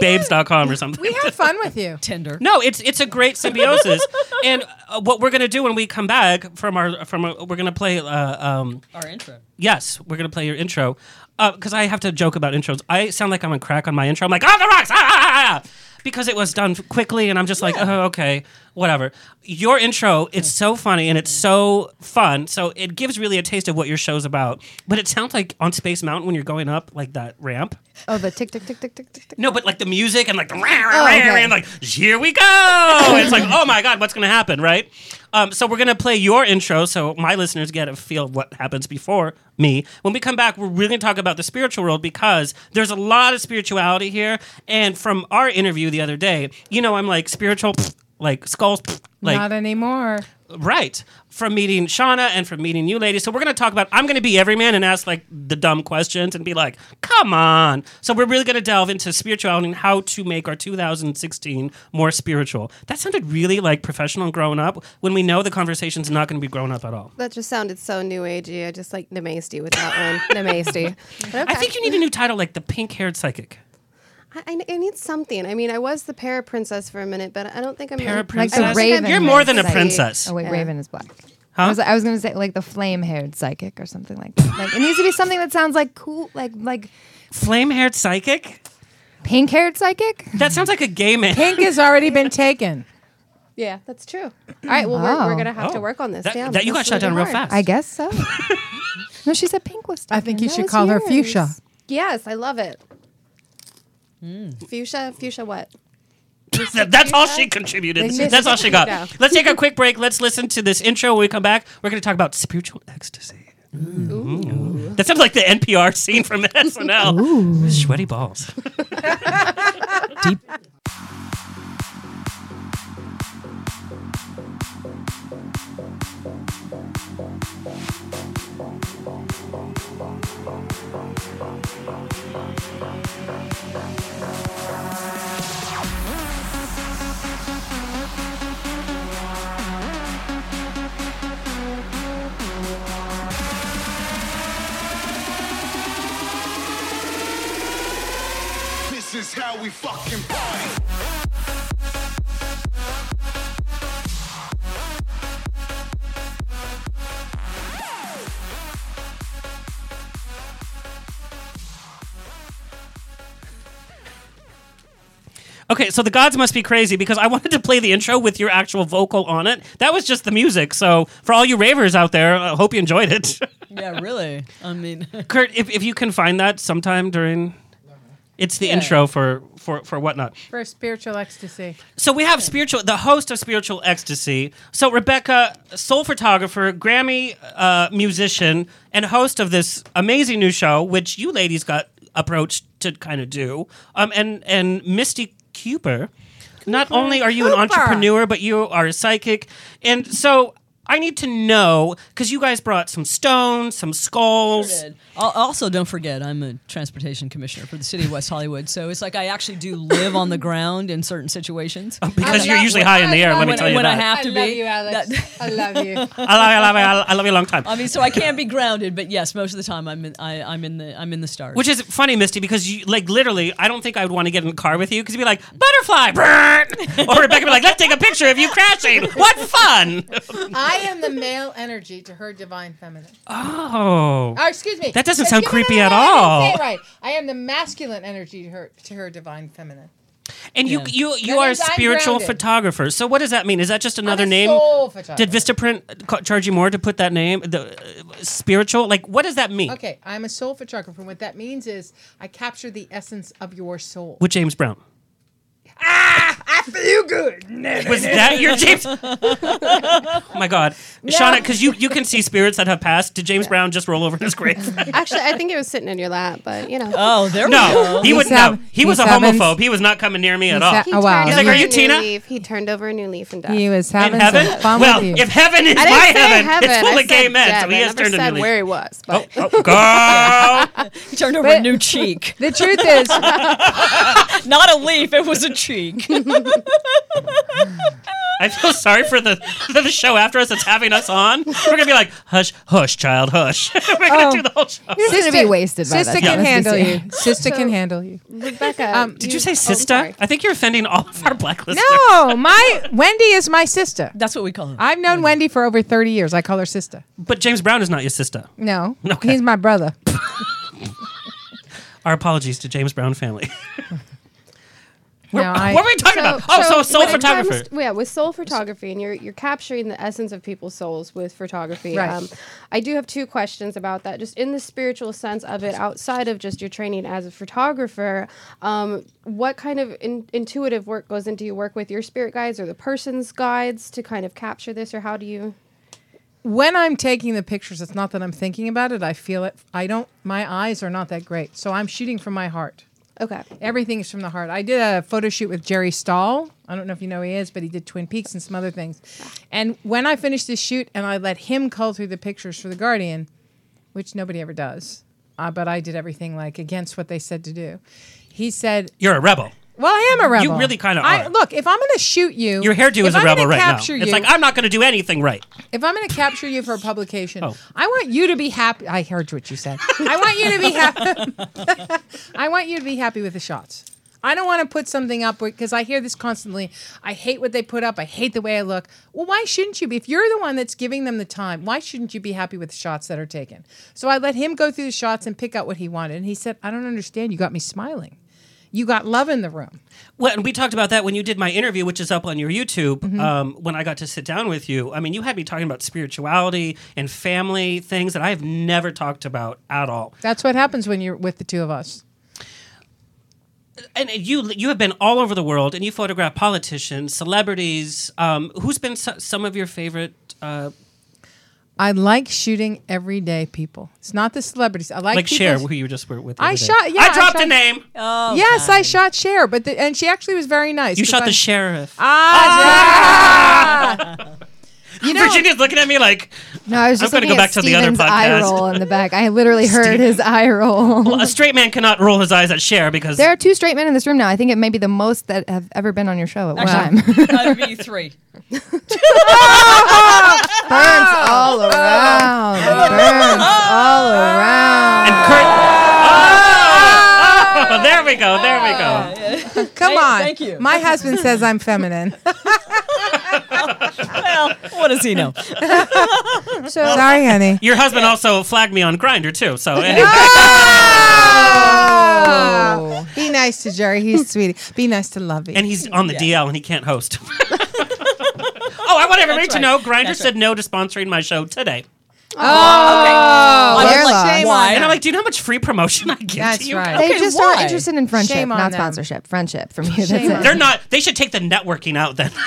[SPEAKER 5] babes.com or something.
[SPEAKER 2] We have fun with you.
[SPEAKER 11] Tinder.
[SPEAKER 5] No, it's it's a great symbiosis. and uh, what we're gonna do when we come back from our from our, we're gonna play uh, um,
[SPEAKER 11] Our intro.
[SPEAKER 5] Yes, we're gonna play your intro because I have to joke about intros. I sound like I'm on crack on my intro. I'm like, oh, the rocks, ah, ah, ah, ah," because it was done quickly, and I'm just like, oh, okay, whatever. Your intro, it's so funny and it's so fun, so it gives really a taste of what your show's about. But it sounds like on Space Mountain when you're going up like that ramp.
[SPEAKER 7] Oh, the tick tick tick tick tick tick.
[SPEAKER 5] No, but like the music and like the rah,
[SPEAKER 7] Oh,
[SPEAKER 5] rah, rah,
[SPEAKER 7] okay.
[SPEAKER 5] and like here we go. it's like oh my god, what's gonna happen, right? Um, so we're gonna play your intro so my listeners get a feel of what happens before me. When we come back, we're really gonna talk about the spiritual world because there's a lot of spirituality here. And from our interview the other day, you know, I'm like spiritual, like skulls, like
[SPEAKER 2] Not anymore.
[SPEAKER 5] Right. From meeting Shauna and from meeting you ladies. So we're going to talk about I'm going to be every man and ask like the dumb questions and be like, "Come on." So we're really going to delve into spirituality and how to make our 2016 more spiritual. That sounded really like professional and grown up when we know the conversation's not going to be grown up at all.
[SPEAKER 10] That just sounded so new agey. I just like namasty with that one. namasty. But
[SPEAKER 5] I think you need a new title like the pink-haired psychic.
[SPEAKER 10] I, I- I need something. I mean, I was the para princess for a minute, but I don't think I'm
[SPEAKER 5] Para
[SPEAKER 10] I don't think
[SPEAKER 5] princess?
[SPEAKER 10] I'm-
[SPEAKER 5] Raven You're more than a psychic. princess.
[SPEAKER 7] Oh wait,
[SPEAKER 5] Yeah.
[SPEAKER 7] Raven is black. I was, I was gonna say like the flame-haired psychic or something like that. Like it needs to be something that sounds like cool, like like
[SPEAKER 5] Flame-haired psychic?
[SPEAKER 7] pink-haired psychic.
[SPEAKER 5] That sounds like a gay man.
[SPEAKER 2] Pink has already been taken.
[SPEAKER 10] Yeah, that's true. All right, well, we're, we're
[SPEAKER 7] Oh.
[SPEAKER 10] gonna have to
[SPEAKER 5] Oh.
[SPEAKER 10] work on this.
[SPEAKER 5] That-
[SPEAKER 10] Damn,
[SPEAKER 5] that you
[SPEAKER 10] this
[SPEAKER 5] got
[SPEAKER 10] is
[SPEAKER 5] shut down
[SPEAKER 10] really
[SPEAKER 5] real
[SPEAKER 10] hard.
[SPEAKER 5] fast. I
[SPEAKER 7] guess so. no, she said pink was.
[SPEAKER 2] I think
[SPEAKER 7] taken.
[SPEAKER 2] you
[SPEAKER 7] That
[SPEAKER 2] should
[SPEAKER 7] was
[SPEAKER 2] call her
[SPEAKER 7] yours.
[SPEAKER 2] fuchsia.
[SPEAKER 10] Yes, I love it. Fuchsia, fuchsia, what?
[SPEAKER 5] Mm. That- that's all she contributed.
[SPEAKER 10] They missed
[SPEAKER 5] That's all she got.
[SPEAKER 10] it. No.
[SPEAKER 5] Let's take a quick break. Let's listen to this intro. When we come back, we're going to talk about spiritual ecstasy. Ooh. That sounds like the NPR scene from SNL. Sweaty balls.
[SPEAKER 13] This is how we fucking party.
[SPEAKER 5] Okay, so the gods must be crazy because I wanted to play the intro with your actual vocal on it. That was just the music. So for all you ravers out there, I hope you enjoyed it.
[SPEAKER 11] Yeah, really. I mean,
[SPEAKER 5] Kurt, if, if you can find that sometime during, it's the
[SPEAKER 2] Yeah.
[SPEAKER 5] intro for for for whatnot.
[SPEAKER 2] For spiritual ecstasy.
[SPEAKER 5] So we have spiritual, the host of Spiritual Ecstasy. So Rebecca, soul photographer, Grammy uh, musician, and host of this amazing new show, which you ladies got approached to kind of do. Um, and and Misty Cooper. Not only are you an
[SPEAKER 2] Cooper.
[SPEAKER 5] entrepreneur, but you are a psychic. And so I need to know because you guys brought some stones, some skulls.
[SPEAKER 11] Al- Also, don't forget, I'm a transportation commissioner for the city of West Hollywood. So it's like I actually do live on the ground in certain situations.
[SPEAKER 5] Because you're usually high in the air, Oh, let me
[SPEAKER 11] when,
[SPEAKER 5] tell you
[SPEAKER 11] when
[SPEAKER 5] that.
[SPEAKER 11] I have to
[SPEAKER 2] I
[SPEAKER 11] be.
[SPEAKER 2] love you, Alex. I
[SPEAKER 5] I
[SPEAKER 2] love you.
[SPEAKER 5] love you, I love you, I lo- I love you a long time.
[SPEAKER 11] I mean, so I can be grounded, but yes, most of the time I'm in, I, I'm in the I'm in the stars.
[SPEAKER 5] Which is funny, Misty, because you like literally, I don't think I would want to get in the car with you because you'd be like butterfly, brrrt! or Rebecca would be like, let's take a picture of you crashing. What fun!
[SPEAKER 2] I am the male energy to her divine feminine.
[SPEAKER 5] Oh,
[SPEAKER 2] Oh, excuse me.
[SPEAKER 5] That doesn't
[SPEAKER 2] Excuse-
[SPEAKER 5] sound
[SPEAKER 2] no, no,
[SPEAKER 5] creepy
[SPEAKER 2] no,
[SPEAKER 5] at
[SPEAKER 2] no, I didn't
[SPEAKER 5] all.
[SPEAKER 2] Say it right. I am the masculine energy to her to her divine feminine.
[SPEAKER 5] And you you you
[SPEAKER 2] That
[SPEAKER 5] are a
[SPEAKER 2] means I'm
[SPEAKER 5] spiritual
[SPEAKER 2] grounded.
[SPEAKER 5] photographer. So what does that mean? Is that just another
[SPEAKER 2] a
[SPEAKER 5] name?
[SPEAKER 2] soul photographer.
[SPEAKER 5] Did Vistaprint ca- charge you more to put that name? The uh, spiritual, like what does that mean?
[SPEAKER 2] Okay, I'm a soul photographer. What that means is I capture the essence of your soul.
[SPEAKER 5] With James Brown.
[SPEAKER 2] Ah, I feel good.
[SPEAKER 5] Was that your James? oh my God, Shauna, because you you can see spirits that have passed. Did James Brown just roll over in his grave?
[SPEAKER 10] Actually, I think it was sitting in your lap, but you know.
[SPEAKER 11] Oh, there
[SPEAKER 5] no, he
[SPEAKER 10] He
[SPEAKER 5] would
[SPEAKER 10] sab-
[SPEAKER 5] no. He
[SPEAKER 10] he
[SPEAKER 5] was a
[SPEAKER 10] sabbins-
[SPEAKER 5] homophobe. He was not coming near me at
[SPEAKER 10] He
[SPEAKER 5] all.
[SPEAKER 10] turned
[SPEAKER 5] He's
[SPEAKER 10] over
[SPEAKER 5] like, are
[SPEAKER 10] a
[SPEAKER 5] you
[SPEAKER 10] new
[SPEAKER 5] Tina?
[SPEAKER 10] leaf. He turned over a new leaf and died.
[SPEAKER 7] He was having
[SPEAKER 5] In heaven?
[SPEAKER 7] some fun
[SPEAKER 5] well,
[SPEAKER 7] with you.
[SPEAKER 5] if heaven is my
[SPEAKER 10] I didn't say
[SPEAKER 5] heaven,
[SPEAKER 10] heaven.
[SPEAKER 5] it's full
[SPEAKER 10] I
[SPEAKER 5] of gay
[SPEAKER 10] said
[SPEAKER 5] men. So
[SPEAKER 10] Devin.
[SPEAKER 5] he
[SPEAKER 10] I
[SPEAKER 5] has
[SPEAKER 10] never
[SPEAKER 5] turned a
[SPEAKER 10] said
[SPEAKER 5] new leaf.
[SPEAKER 10] where he was, but
[SPEAKER 5] Oh, girl.
[SPEAKER 11] He turned over a new cheek.
[SPEAKER 7] The truth is,
[SPEAKER 11] Not a leaf, it was a cheek.
[SPEAKER 5] I feel sorry for the the show after us that's having us on. We're gonna be like, hush, hush, child, hush. We're gonna
[SPEAKER 10] Oh.
[SPEAKER 5] do the whole show.
[SPEAKER 7] Sister- gonna be wasted by
[SPEAKER 2] Sister
[SPEAKER 7] that
[SPEAKER 2] can
[SPEAKER 7] time.
[SPEAKER 2] handle
[SPEAKER 7] Yeah.
[SPEAKER 2] you. Sister can
[SPEAKER 10] So-
[SPEAKER 2] handle you.
[SPEAKER 10] Rebecca,
[SPEAKER 2] Um,
[SPEAKER 5] Did you say sister? I think you're offending all of our black listeners.
[SPEAKER 2] No, my Wendy is my sister.
[SPEAKER 11] That's what we call him.
[SPEAKER 2] I've known Wendy for over 30 years. I call her sister.
[SPEAKER 5] But James Brown is not your sister.
[SPEAKER 2] No,
[SPEAKER 5] Okay.
[SPEAKER 2] he's my brother.
[SPEAKER 5] Our apologies to James Brown family.
[SPEAKER 2] No, I,
[SPEAKER 5] what were we talking about? Oh, so, soul
[SPEAKER 10] when it
[SPEAKER 5] photographer.
[SPEAKER 10] comes- yeah, with soul photography, and you're you're capturing the essence of people's souls with photography. um,
[SPEAKER 2] Right.
[SPEAKER 10] I do have two questions about that, just in the spiritual sense of it, outside of just your training as a photographer. Um, what kind of in, intuitive work goes into your work with your spirit guides or the person's guides to kind of capture this, or how do you?
[SPEAKER 2] when I'm taking the pictures, it's not that I'm thinking about it. I feel it. I don't. My eyes are not that great, so I'm shooting from my heart.
[SPEAKER 10] Okay.
[SPEAKER 2] Everything is from the heart. I did a photo shoot with Jerry Stahl. I don't know if you know who he is, but he did Twin Peaks and some other things. And when I finished this shoot and I let him cull through the pictures for The Guardian, which nobody ever does, uh, but I did everything like against what they said to do. He said,
[SPEAKER 5] You're a rebel.
[SPEAKER 2] "Well, I am a rebel.
[SPEAKER 5] really kinda
[SPEAKER 2] I-
[SPEAKER 5] are.
[SPEAKER 2] Look, if I'm going to shoot you,
[SPEAKER 5] Your hairdo
[SPEAKER 2] if
[SPEAKER 5] is a
[SPEAKER 2] I'm
[SPEAKER 5] rebel
[SPEAKER 2] gonna
[SPEAKER 5] right now.
[SPEAKER 2] capture
[SPEAKER 5] It's
[SPEAKER 2] you-
[SPEAKER 5] like I'm not gonna do anything right.
[SPEAKER 2] if I'm going to capture you for a publication,
[SPEAKER 5] Oh.
[SPEAKER 2] I want you to be happy. I heard what you said. I want you to be happy. I want you to be happy with the shots. I don't want to put something up because I hear this constantly. I hate what they put up. I hate the way I look. Well, why shouldn't you be? If you're the one that's giving them the time, why shouldn't you be happy with the shots that are taken? So I let him go through the shots and pick out what he wanted. And he said, I don't understand. You got me smiling. You got love in the room.
[SPEAKER 5] Well, and we talked about that when you did my interview, which is up on your YouTube.
[SPEAKER 2] Mm-hmm.
[SPEAKER 5] Um, when I got to sit down with you, I mean, you had me talking about spirituality and family things that I have never talked about at all.
[SPEAKER 2] That's what happens when you're with the two of us.
[SPEAKER 5] And you you have been all over the world, and you photograph politicians, celebrities. Um, who's been so, some of your favorite? Uh,
[SPEAKER 2] I like shooting everyday people. It's not the celebrities. I like
[SPEAKER 5] like
[SPEAKER 2] people-
[SPEAKER 5] Cher, who you just were with. the
[SPEAKER 2] I
[SPEAKER 5] other day.
[SPEAKER 2] shot- yeah,
[SPEAKER 5] I
[SPEAKER 2] I
[SPEAKER 5] dropped
[SPEAKER 2] shot-
[SPEAKER 5] a name.
[SPEAKER 7] Oh,
[SPEAKER 2] yes, I shot Cher, but the, and she actually was very nice.
[SPEAKER 5] you
[SPEAKER 2] 'cause
[SPEAKER 5] shot
[SPEAKER 2] I'm-
[SPEAKER 5] the sheriff.
[SPEAKER 2] Ah, yeah. you know,
[SPEAKER 5] Virginia's looking at me like
[SPEAKER 7] no, I was
[SPEAKER 5] I'm
[SPEAKER 7] just
[SPEAKER 5] gonna
[SPEAKER 7] looking
[SPEAKER 5] go
[SPEAKER 7] at
[SPEAKER 5] back to the other
[SPEAKER 7] Steven's eye
[SPEAKER 5] podcast.
[SPEAKER 7] roll in the back. I literally heard his eye roll.
[SPEAKER 5] a straight man cannot roll his eyes at Cher because
[SPEAKER 7] There are two straight men in this room now. I think it may be the most that have ever been on your show at
[SPEAKER 11] Actually,
[SPEAKER 7] one time.
[SPEAKER 11] I'd be three.
[SPEAKER 7] burns all around. burns all around.
[SPEAKER 5] and Kurt. Oh! Oh, there we go. There we go.
[SPEAKER 2] come on.
[SPEAKER 11] Thank you.
[SPEAKER 2] My husband says I'm feminine.
[SPEAKER 11] Well, what does he know?
[SPEAKER 7] So
[SPEAKER 2] Sorry, honey.
[SPEAKER 5] Your husband also flagged me on Grinder too. So anyway.
[SPEAKER 2] Oh. Be nice to Jerry. He's sweetie. Be nice to Lovey.
[SPEAKER 5] and he's on the DL and he can't host. oh, I want everybody to
[SPEAKER 11] right.
[SPEAKER 5] know Grinder
[SPEAKER 11] That's
[SPEAKER 5] said no to sponsoring my show today.
[SPEAKER 2] oh,
[SPEAKER 11] I
[SPEAKER 2] there's
[SPEAKER 11] was like,
[SPEAKER 2] shame
[SPEAKER 11] why?
[SPEAKER 2] on
[SPEAKER 5] And I'm
[SPEAKER 2] that.
[SPEAKER 5] like, do you know how much free promotion I give
[SPEAKER 2] That's
[SPEAKER 5] to you?
[SPEAKER 2] right.
[SPEAKER 7] they
[SPEAKER 11] Okay,
[SPEAKER 7] just
[SPEAKER 11] why?
[SPEAKER 7] are interested in friendship,
[SPEAKER 2] Shame on
[SPEAKER 7] not
[SPEAKER 2] them.
[SPEAKER 7] sponsorship. Friendship from you.
[SPEAKER 2] Shame
[SPEAKER 7] That's
[SPEAKER 2] on
[SPEAKER 7] it.
[SPEAKER 5] They're not. They should take the networking out then.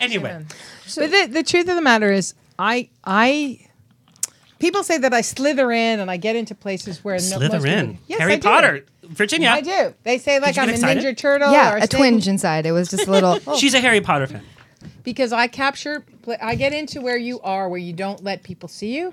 [SPEAKER 5] anyway,
[SPEAKER 2] But the, the truth of the matter is, I I people say that I slither in and I get into places where no- most
[SPEAKER 5] slither in.
[SPEAKER 2] people- Yes,
[SPEAKER 5] Harry
[SPEAKER 2] I do.
[SPEAKER 5] Potter, Virginia.
[SPEAKER 2] I do. They say like
[SPEAKER 5] you
[SPEAKER 2] I'm
[SPEAKER 5] get
[SPEAKER 2] a
[SPEAKER 5] excited?
[SPEAKER 2] Ninja Turtle.
[SPEAKER 7] Yeah,
[SPEAKER 2] or
[SPEAKER 7] a
[SPEAKER 2] snake.
[SPEAKER 5] Oh,
[SPEAKER 7] twinge inside. It was just a little.
[SPEAKER 5] She's a Harry Potter fan.
[SPEAKER 2] because I capture, pla- I get into where you are, where you don't let people see you,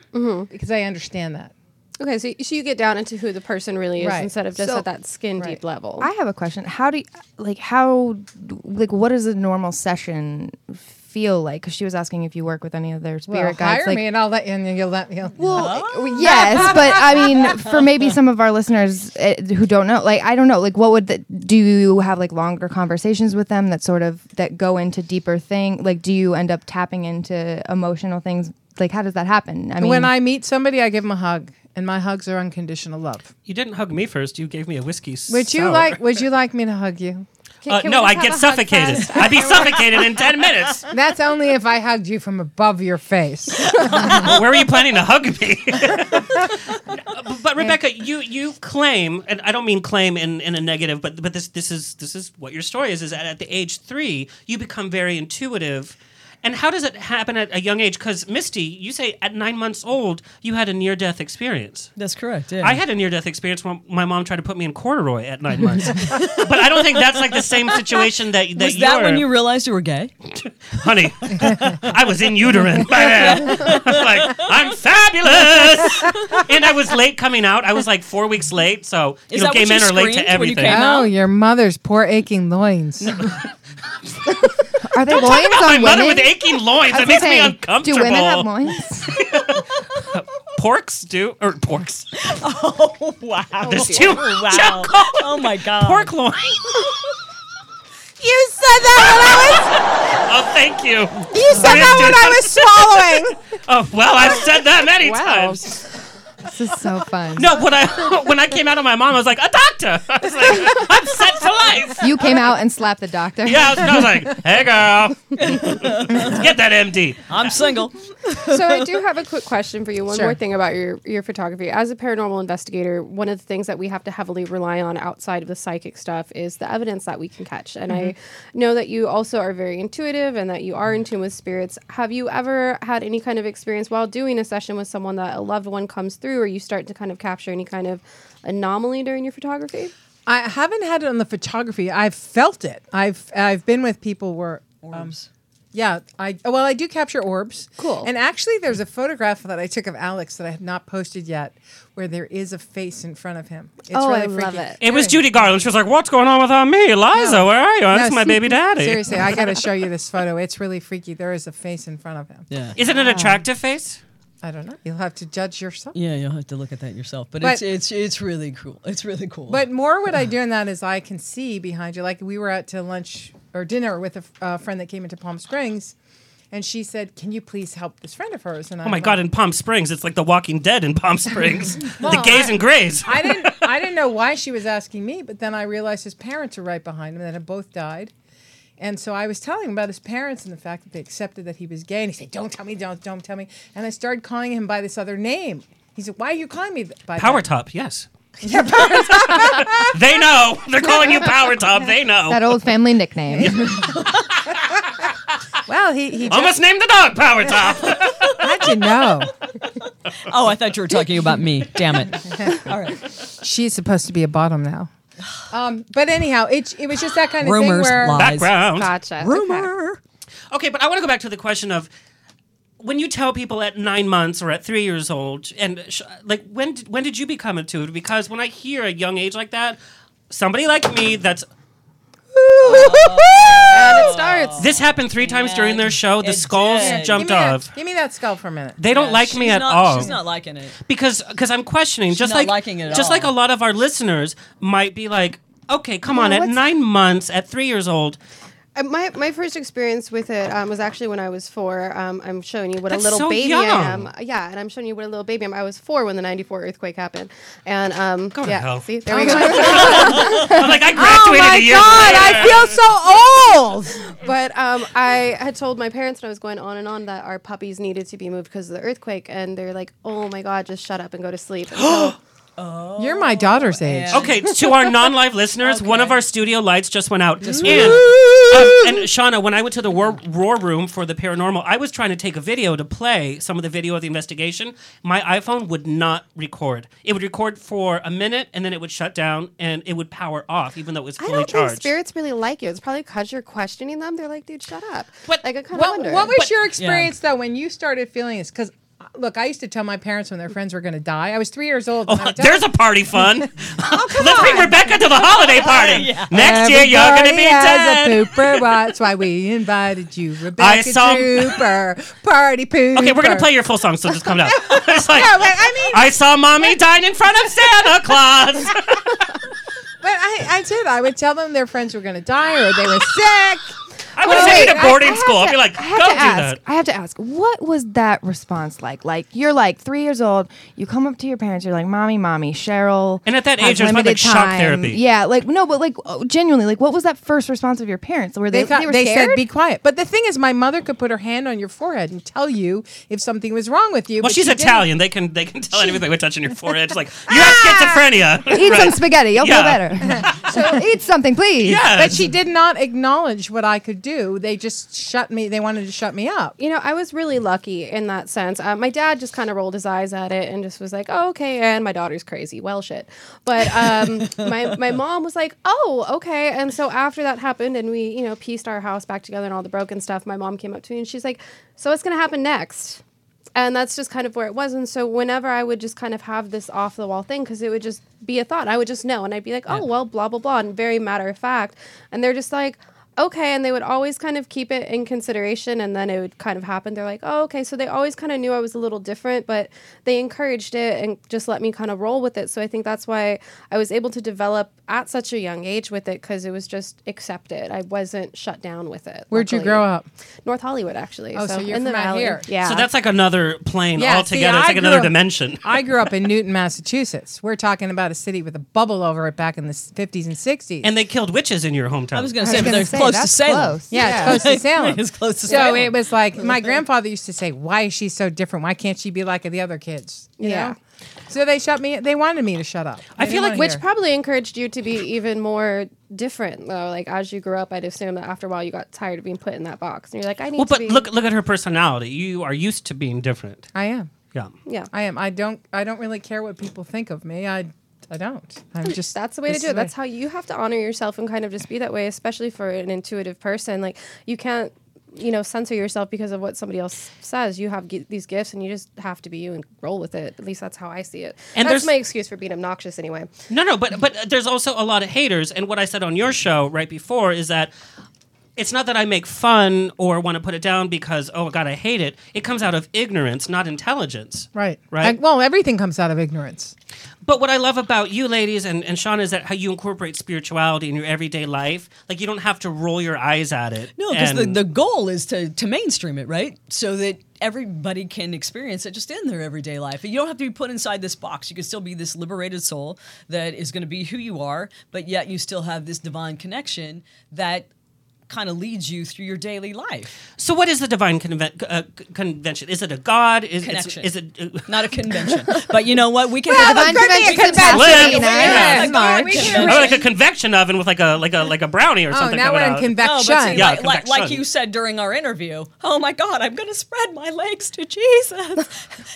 [SPEAKER 2] because I understand that.
[SPEAKER 10] Okay, so, so you get down into who the person really is
[SPEAKER 2] Right.
[SPEAKER 10] instead of just
[SPEAKER 2] So-
[SPEAKER 10] at that skin deep level.
[SPEAKER 7] I have a question. How do you, like how like what does a normal session feel like? Because she was asking if you work with any other spirit
[SPEAKER 2] Well,
[SPEAKER 7] guides.
[SPEAKER 2] hire
[SPEAKER 7] like-
[SPEAKER 2] me and I'll let you, and you'll let me.
[SPEAKER 7] Well, yes, but I mean, for maybe some of our listeners uh, who don't know, like I don't know, like what would the, do you have like longer conversations with them that sort of that go into deeper thing? Like, do you end up tapping into emotional things? Like, how does that happen? I mean,
[SPEAKER 2] when I meet somebody, I give them a hug, and my hugs are unconditional love.
[SPEAKER 5] You didn't hug me first. You gave me a whiskey.
[SPEAKER 2] Would you
[SPEAKER 5] sour.
[SPEAKER 2] like? Would you like me to hug you?
[SPEAKER 5] Uh, no, I'd get suffocated. I'd be suffocated in ten minutes.
[SPEAKER 2] That's only if I hugged you from above your face.
[SPEAKER 5] Well, where were you planning to hug me? but Rebecca, you you claim, and I don't mean claim in, in a negative, but but this this is this is what your story is. Is that at the age three you become very intuitive. And how does it happen at a young age? Because Misty, you say at nine months old you had a near death experience.
[SPEAKER 11] That's correct. Yeah.
[SPEAKER 5] I had a near death experience when my mom tried to put me in corduroy at nine months. but I don't think that's like the same situation that that
[SPEAKER 11] was that
[SPEAKER 5] you're-
[SPEAKER 11] when you realized you were gay?
[SPEAKER 5] honey, I was in uterine. by then. like, I'm fabulous. And I was late coming out. I was like four weeks late. So, you
[SPEAKER 11] Is
[SPEAKER 5] know,
[SPEAKER 11] that
[SPEAKER 5] gay
[SPEAKER 11] what
[SPEAKER 5] men
[SPEAKER 11] you
[SPEAKER 5] are late to
[SPEAKER 11] screamed when you
[SPEAKER 5] everything.
[SPEAKER 11] came out?
[SPEAKER 2] Oh, your mother's poor aching loins.
[SPEAKER 7] are they
[SPEAKER 5] Don't
[SPEAKER 7] loins
[SPEAKER 5] talk about my
[SPEAKER 7] on
[SPEAKER 5] mother
[SPEAKER 7] women?
[SPEAKER 5] with aching loins. It
[SPEAKER 7] I was
[SPEAKER 5] makes me
[SPEAKER 7] gonna say,
[SPEAKER 5] uncomfortable.
[SPEAKER 7] Do women have loins?
[SPEAKER 5] Porks do, or porks.
[SPEAKER 11] oh wow!
[SPEAKER 5] There's two.
[SPEAKER 11] Wow! Oh my god!
[SPEAKER 5] Pork loin.
[SPEAKER 2] You said that
[SPEAKER 5] Oh, thank you.
[SPEAKER 2] You said that when I was swallowing.
[SPEAKER 5] Oh, well, I've said that many
[SPEAKER 2] Wow.
[SPEAKER 5] times.
[SPEAKER 7] This is so fun.
[SPEAKER 5] No, when I when I came out of my mom, I was like, a doctor. I was like, I'm set for life.
[SPEAKER 7] You came out and slapped the doctor.
[SPEAKER 5] Yeah, I was, I was like, hey, girl, get that MD.
[SPEAKER 11] I'm single.
[SPEAKER 10] so I do have a quick question for you. One
[SPEAKER 11] Sure.
[SPEAKER 10] more thing about your your photography. As a paranormal investigator, one of the things that we have to heavily rely on outside of the psychic stuff is the evidence that we can catch. And I
[SPEAKER 12] Mhm.
[SPEAKER 10] know that you also are very intuitive and that you are in tune with spirits. Have you ever had any kind of experience while doing a session with someone that a loved one comes through or you start to kind of capture any kind of anomaly during your photography?
[SPEAKER 2] I haven't had it on the photography. I've felt it. I've I've been with people where
[SPEAKER 11] orbs.
[SPEAKER 2] yeah, I well I do capture orbs. Cool. And actually, there's a photograph that I took of Alex that I have not posted yet, where there is a face in front of him. It's
[SPEAKER 10] Oh,
[SPEAKER 2] really
[SPEAKER 10] I
[SPEAKER 2] freaky.
[SPEAKER 10] love it.
[SPEAKER 5] It was Judy Garland. She was like, what's going on with uh, me? Liza,
[SPEAKER 2] No.
[SPEAKER 5] where are you?
[SPEAKER 2] No,
[SPEAKER 5] That's my
[SPEAKER 2] se-
[SPEAKER 5] baby daddy.
[SPEAKER 2] Seriously, I got to show you this photo. It's really freaky. There is a face in front of him.
[SPEAKER 11] Yeah.
[SPEAKER 5] Is it an
[SPEAKER 2] Wow.
[SPEAKER 5] attractive face?
[SPEAKER 2] I don't know. You'll have to judge yourself.
[SPEAKER 11] Yeah, you'll have to look at that yourself. But,
[SPEAKER 2] But-
[SPEAKER 11] it's it's it's really cool. It's really cool.
[SPEAKER 2] But more what I do in that is I can see behind you. Like we were out to lunch or dinner with a f- uh, friend that came into Palm Springs, and she said, "Can you please help this friend of hers?" And
[SPEAKER 5] Oh
[SPEAKER 2] I'm
[SPEAKER 5] my
[SPEAKER 2] like,
[SPEAKER 5] God, in Palm Springs, it's like The Walking Dead in Palm Springs. the
[SPEAKER 2] Well,
[SPEAKER 5] gays
[SPEAKER 2] I-
[SPEAKER 5] and grays.
[SPEAKER 2] I didn't. I didn't know why she was asking me, but then I realized his parents are right behind him that had both died. And so I was telling him about his parents and the fact that they accepted that he was gay. And he said, "Don't tell me, don't, don't tell me." And I started calling him by this other name. He said, "Why are you calling me th- by that?"
[SPEAKER 5] Power Top, yes. they know. They're calling you Power Top. They know.
[SPEAKER 7] That old family nickname.
[SPEAKER 2] well, he, he
[SPEAKER 5] Almost named the dog Power Top.
[SPEAKER 2] How'd you know?
[SPEAKER 11] oh, I thought you were talking about me. Damn it! All right.
[SPEAKER 2] She's supposed to be a bottom now. Um, but anyhow, it it was just that kind of
[SPEAKER 11] Rumors,
[SPEAKER 2] thing where
[SPEAKER 11] lies. Background.
[SPEAKER 10] Gotcha.
[SPEAKER 11] Rumor.
[SPEAKER 5] okay, but I want to go back to the question of when you tell people at nine months or at three years old, and sh- like when did, when did you become intuitive? Because when I hear a young age like that, somebody like me that's
[SPEAKER 10] and it starts.
[SPEAKER 5] This happened three times during their show. The skulls
[SPEAKER 2] Here,
[SPEAKER 5] jumped
[SPEAKER 2] give me that-
[SPEAKER 5] off.
[SPEAKER 2] give me that skull for a minute.
[SPEAKER 5] They don't like me
[SPEAKER 11] She's
[SPEAKER 5] at
[SPEAKER 11] not-
[SPEAKER 5] all.
[SPEAKER 11] She's not liking it.
[SPEAKER 5] because because I'm questioning. just
[SPEAKER 11] not
[SPEAKER 5] like
[SPEAKER 11] liking it at
[SPEAKER 5] just
[SPEAKER 11] all.
[SPEAKER 5] like a lot of our listeners might be like, okay, come on.
[SPEAKER 10] Yeah,
[SPEAKER 5] At
[SPEAKER 10] what's-
[SPEAKER 5] nine months, at three years old,
[SPEAKER 10] Uh, My my first experience with it um, was actually when I was four. Um, I'm showing you what
[SPEAKER 5] That's
[SPEAKER 10] a little
[SPEAKER 5] so
[SPEAKER 10] baby I
[SPEAKER 5] young.
[SPEAKER 10] am. Uh, Yeah, and I'm showing you what a little baby I am. I was four when the '94 earthquake happened, and um,
[SPEAKER 5] to
[SPEAKER 10] yeah,
[SPEAKER 5] hell.
[SPEAKER 10] see, there we go.
[SPEAKER 5] I'm like I graduated
[SPEAKER 2] Oh my
[SPEAKER 5] a year
[SPEAKER 2] God,
[SPEAKER 5] later.
[SPEAKER 2] I feel so old.
[SPEAKER 10] But um, I had told my parents, and I was going on and on, that our puppies needed to be moved because of the earthquake, and they're like, "Oh my God, just shut up and go to sleep." And so-
[SPEAKER 2] You're my daughter's age.
[SPEAKER 5] Okay, to our non-live listeners, one of our studio lights just went out.
[SPEAKER 11] Just
[SPEAKER 5] and
[SPEAKER 11] went
[SPEAKER 5] Um, and Shauna, when I went to the war, war room for the paranormal, I was trying to take a video to play some of the video of the investigation. My iPhone would not record. It would record for a minute and then it would shut down and it would power off, even though it was
[SPEAKER 10] I
[SPEAKER 5] fully
[SPEAKER 10] don't think
[SPEAKER 5] charged.
[SPEAKER 10] spirits really like you. It's probably because you're questioning them. They're like, dude, shut up. What? Like, I kind of
[SPEAKER 2] What,
[SPEAKER 10] wonder.
[SPEAKER 2] what was your experience though when you started feeling this? Because look, I used to tell my parents when their friends were going to die. I was three years old. when I
[SPEAKER 5] Oh,
[SPEAKER 2] would tell
[SPEAKER 5] there's a party fun.
[SPEAKER 10] Oh,
[SPEAKER 5] Let's bring Rebecca to the holiday party. Next year, you're going to be
[SPEAKER 2] Everybody has
[SPEAKER 5] dead.
[SPEAKER 2] a pooper. Well, That's why we invited you, Rebecca
[SPEAKER 5] I saw-
[SPEAKER 2] Trooper, party pooper.
[SPEAKER 5] Okay, we're going to play your full song, so just come down. it's like,
[SPEAKER 2] No, but I mean,
[SPEAKER 5] I saw mommy dine in front of Santa Claus.
[SPEAKER 2] but I, I did. I would tell them their friends were going to die or they were sick.
[SPEAKER 5] I would
[SPEAKER 2] Well,
[SPEAKER 5] send you
[SPEAKER 2] wait,
[SPEAKER 5] to
[SPEAKER 2] I-
[SPEAKER 5] boarding
[SPEAKER 2] I have
[SPEAKER 5] school. I'd
[SPEAKER 2] to-
[SPEAKER 5] be like, go
[SPEAKER 7] I have
[SPEAKER 5] do
[SPEAKER 7] to ask.
[SPEAKER 5] that.
[SPEAKER 7] I have to ask. What was that response like? Like you're like three years old. You come up to your parents. You're like, "Mommy, mommy, Cheryl."
[SPEAKER 5] And at that
[SPEAKER 7] has
[SPEAKER 5] age, there's not,
[SPEAKER 7] limited
[SPEAKER 5] like, shock
[SPEAKER 7] time."
[SPEAKER 5] therapy.
[SPEAKER 7] Yeah, like no, but like oh, genuinely, like what was that first response of your parents? Were they
[SPEAKER 2] They,
[SPEAKER 7] they,
[SPEAKER 2] thought,
[SPEAKER 7] were
[SPEAKER 2] they
[SPEAKER 7] scared?
[SPEAKER 2] said, be quiet. But the thing is, my mother could put her hand on your forehead and tell you if something was wrong with you.
[SPEAKER 5] Well,
[SPEAKER 2] but
[SPEAKER 5] she's
[SPEAKER 2] she didn't.
[SPEAKER 5] Italian. They can they can tell anything by touching your forehead. It's like you have schizophrenia.
[SPEAKER 7] Eat some spaghetti. You'll
[SPEAKER 5] Yeah.
[SPEAKER 7] feel better. so eat something, please.
[SPEAKER 5] Yeah.
[SPEAKER 2] But she did not acknowledge what I could do. They just shut me. They wanted to shut me up.
[SPEAKER 10] You know, I was really lucky in that sense. Uh, my dad just kind of rolled his eyes at it and just was like, "Oh, okay." And my daughter's crazy. Well, shit. But um, my my mom was like, "Oh, okay." And so after that happened, and we you know pieced our house back together and all the broken stuff, my mom came up to me and she's like, "So what's gonna happen next?" And that's just kind of where it was. And so whenever I would just kind of have this off the wall thing, because it would just be a thought, I would just know, and I'd be like, "Oh, well, blah blah blah," and very matter of fact. And they're just like okay and they would always kind of keep it in consideration and then it would kind of happen they're like oh okay so they always kind of knew i was a little different but they encouraged it and just let me kind of roll with it so i think that's why i was able to develop at such a young age with it because it was just accepted i wasn't shut down with it
[SPEAKER 2] Where'd you
[SPEAKER 10] luckily.
[SPEAKER 2] grow up?
[SPEAKER 10] north hollywood actually
[SPEAKER 2] Oh, so you're
[SPEAKER 10] in the
[SPEAKER 2] from out
[SPEAKER 10] valley
[SPEAKER 2] here.
[SPEAKER 10] yeah
[SPEAKER 5] So that's like another plane altogether.
[SPEAKER 2] see,
[SPEAKER 5] it's
[SPEAKER 2] I
[SPEAKER 5] like
[SPEAKER 2] grew
[SPEAKER 5] another
[SPEAKER 2] up-
[SPEAKER 5] dimension.
[SPEAKER 2] I grew up in Newton, Massachusetts. We're talking about a city with a bubble over it back in the s- 50s and 60s.
[SPEAKER 5] And they killed witches in your hometown.
[SPEAKER 11] I was gonna say, but they're close to
[SPEAKER 2] that's
[SPEAKER 11] Salem.
[SPEAKER 2] close. Yeah, it's close to Salem.
[SPEAKER 11] it's close to
[SPEAKER 2] so
[SPEAKER 11] Salem.
[SPEAKER 2] it was like my grandfather used to say, "Why is she so different? Why can't she be like the other kids?" You
[SPEAKER 10] Yeah.
[SPEAKER 2] know? So they shut me. They wanted me to shut up.
[SPEAKER 5] I
[SPEAKER 2] They
[SPEAKER 5] feel like-
[SPEAKER 2] didn't wanna
[SPEAKER 10] which
[SPEAKER 2] hear.
[SPEAKER 10] probably encouraged you to be even more different though like as you grew up i'd assume that after a while you got tired of being put in that box and you're like i need
[SPEAKER 5] well,
[SPEAKER 10] to
[SPEAKER 5] but
[SPEAKER 10] be
[SPEAKER 5] look look at her personality. You are used to being different.
[SPEAKER 2] I am.
[SPEAKER 5] Yeah.
[SPEAKER 10] yeah
[SPEAKER 2] I am. I don't. I don't really care what people think of me. I. I don't. I'm just.
[SPEAKER 10] Hmm. that's the way to
[SPEAKER 2] this
[SPEAKER 10] do
[SPEAKER 2] is
[SPEAKER 10] it. That's how you have to honor yourself and kind of just be that way, especially for an intuitive person. Like you can't, you know, censor yourself because of what somebody else says. You have g- these gifts, and you just have to be you and roll with it. At least that's how I see it.
[SPEAKER 5] And
[SPEAKER 10] And
[SPEAKER 5] there's-
[SPEAKER 10] that's my excuse for being obnoxious, anyway.
[SPEAKER 5] No, no, but but there's also a lot of haters. And what I said on your show right before is that it's not that I make fun or want to put it down because oh god I hate it. It comes out of ignorance, not intelligence.
[SPEAKER 2] Right.
[SPEAKER 5] Right.
[SPEAKER 2] I- well, everything comes out of ignorance.
[SPEAKER 5] But what I love about you ladies and, and Sean is that how you incorporate spirituality in your everyday life. Like you don't have to roll your eyes at it.
[SPEAKER 11] No, because the,
[SPEAKER 5] And-
[SPEAKER 11] the goal is to, to mainstream it, right? So that everybody can experience it just in their everyday life. You don't have to be put inside this box. You can still be this liberated soul that is going to be who you are, but yet you still have this divine connection that kind of leads you through your daily life.
[SPEAKER 5] So what is the divine conven- uh, c- convention? Is it a god? Is, it's-
[SPEAKER 11] Connection.
[SPEAKER 5] Is it uh,
[SPEAKER 11] Not a convention. but you know what? We can
[SPEAKER 2] Well,
[SPEAKER 11] divine
[SPEAKER 2] it could be a
[SPEAKER 11] convention.
[SPEAKER 2] convention,
[SPEAKER 11] Live.
[SPEAKER 2] you know,
[SPEAKER 11] Yeah.
[SPEAKER 2] yeah, smart.
[SPEAKER 11] We
[SPEAKER 5] or
[SPEAKER 11] can-
[SPEAKER 5] like a convection oven with like a like a like a brownie or
[SPEAKER 2] Oh,
[SPEAKER 5] something?
[SPEAKER 2] now
[SPEAKER 5] coming
[SPEAKER 2] we're in
[SPEAKER 5] out?
[SPEAKER 2] convection.
[SPEAKER 11] No, but see,
[SPEAKER 5] Yeah,
[SPEAKER 11] like, like, like
[SPEAKER 5] convection.
[SPEAKER 11] you said during our interview, oh my God, I'm going to spread my legs to Jesus.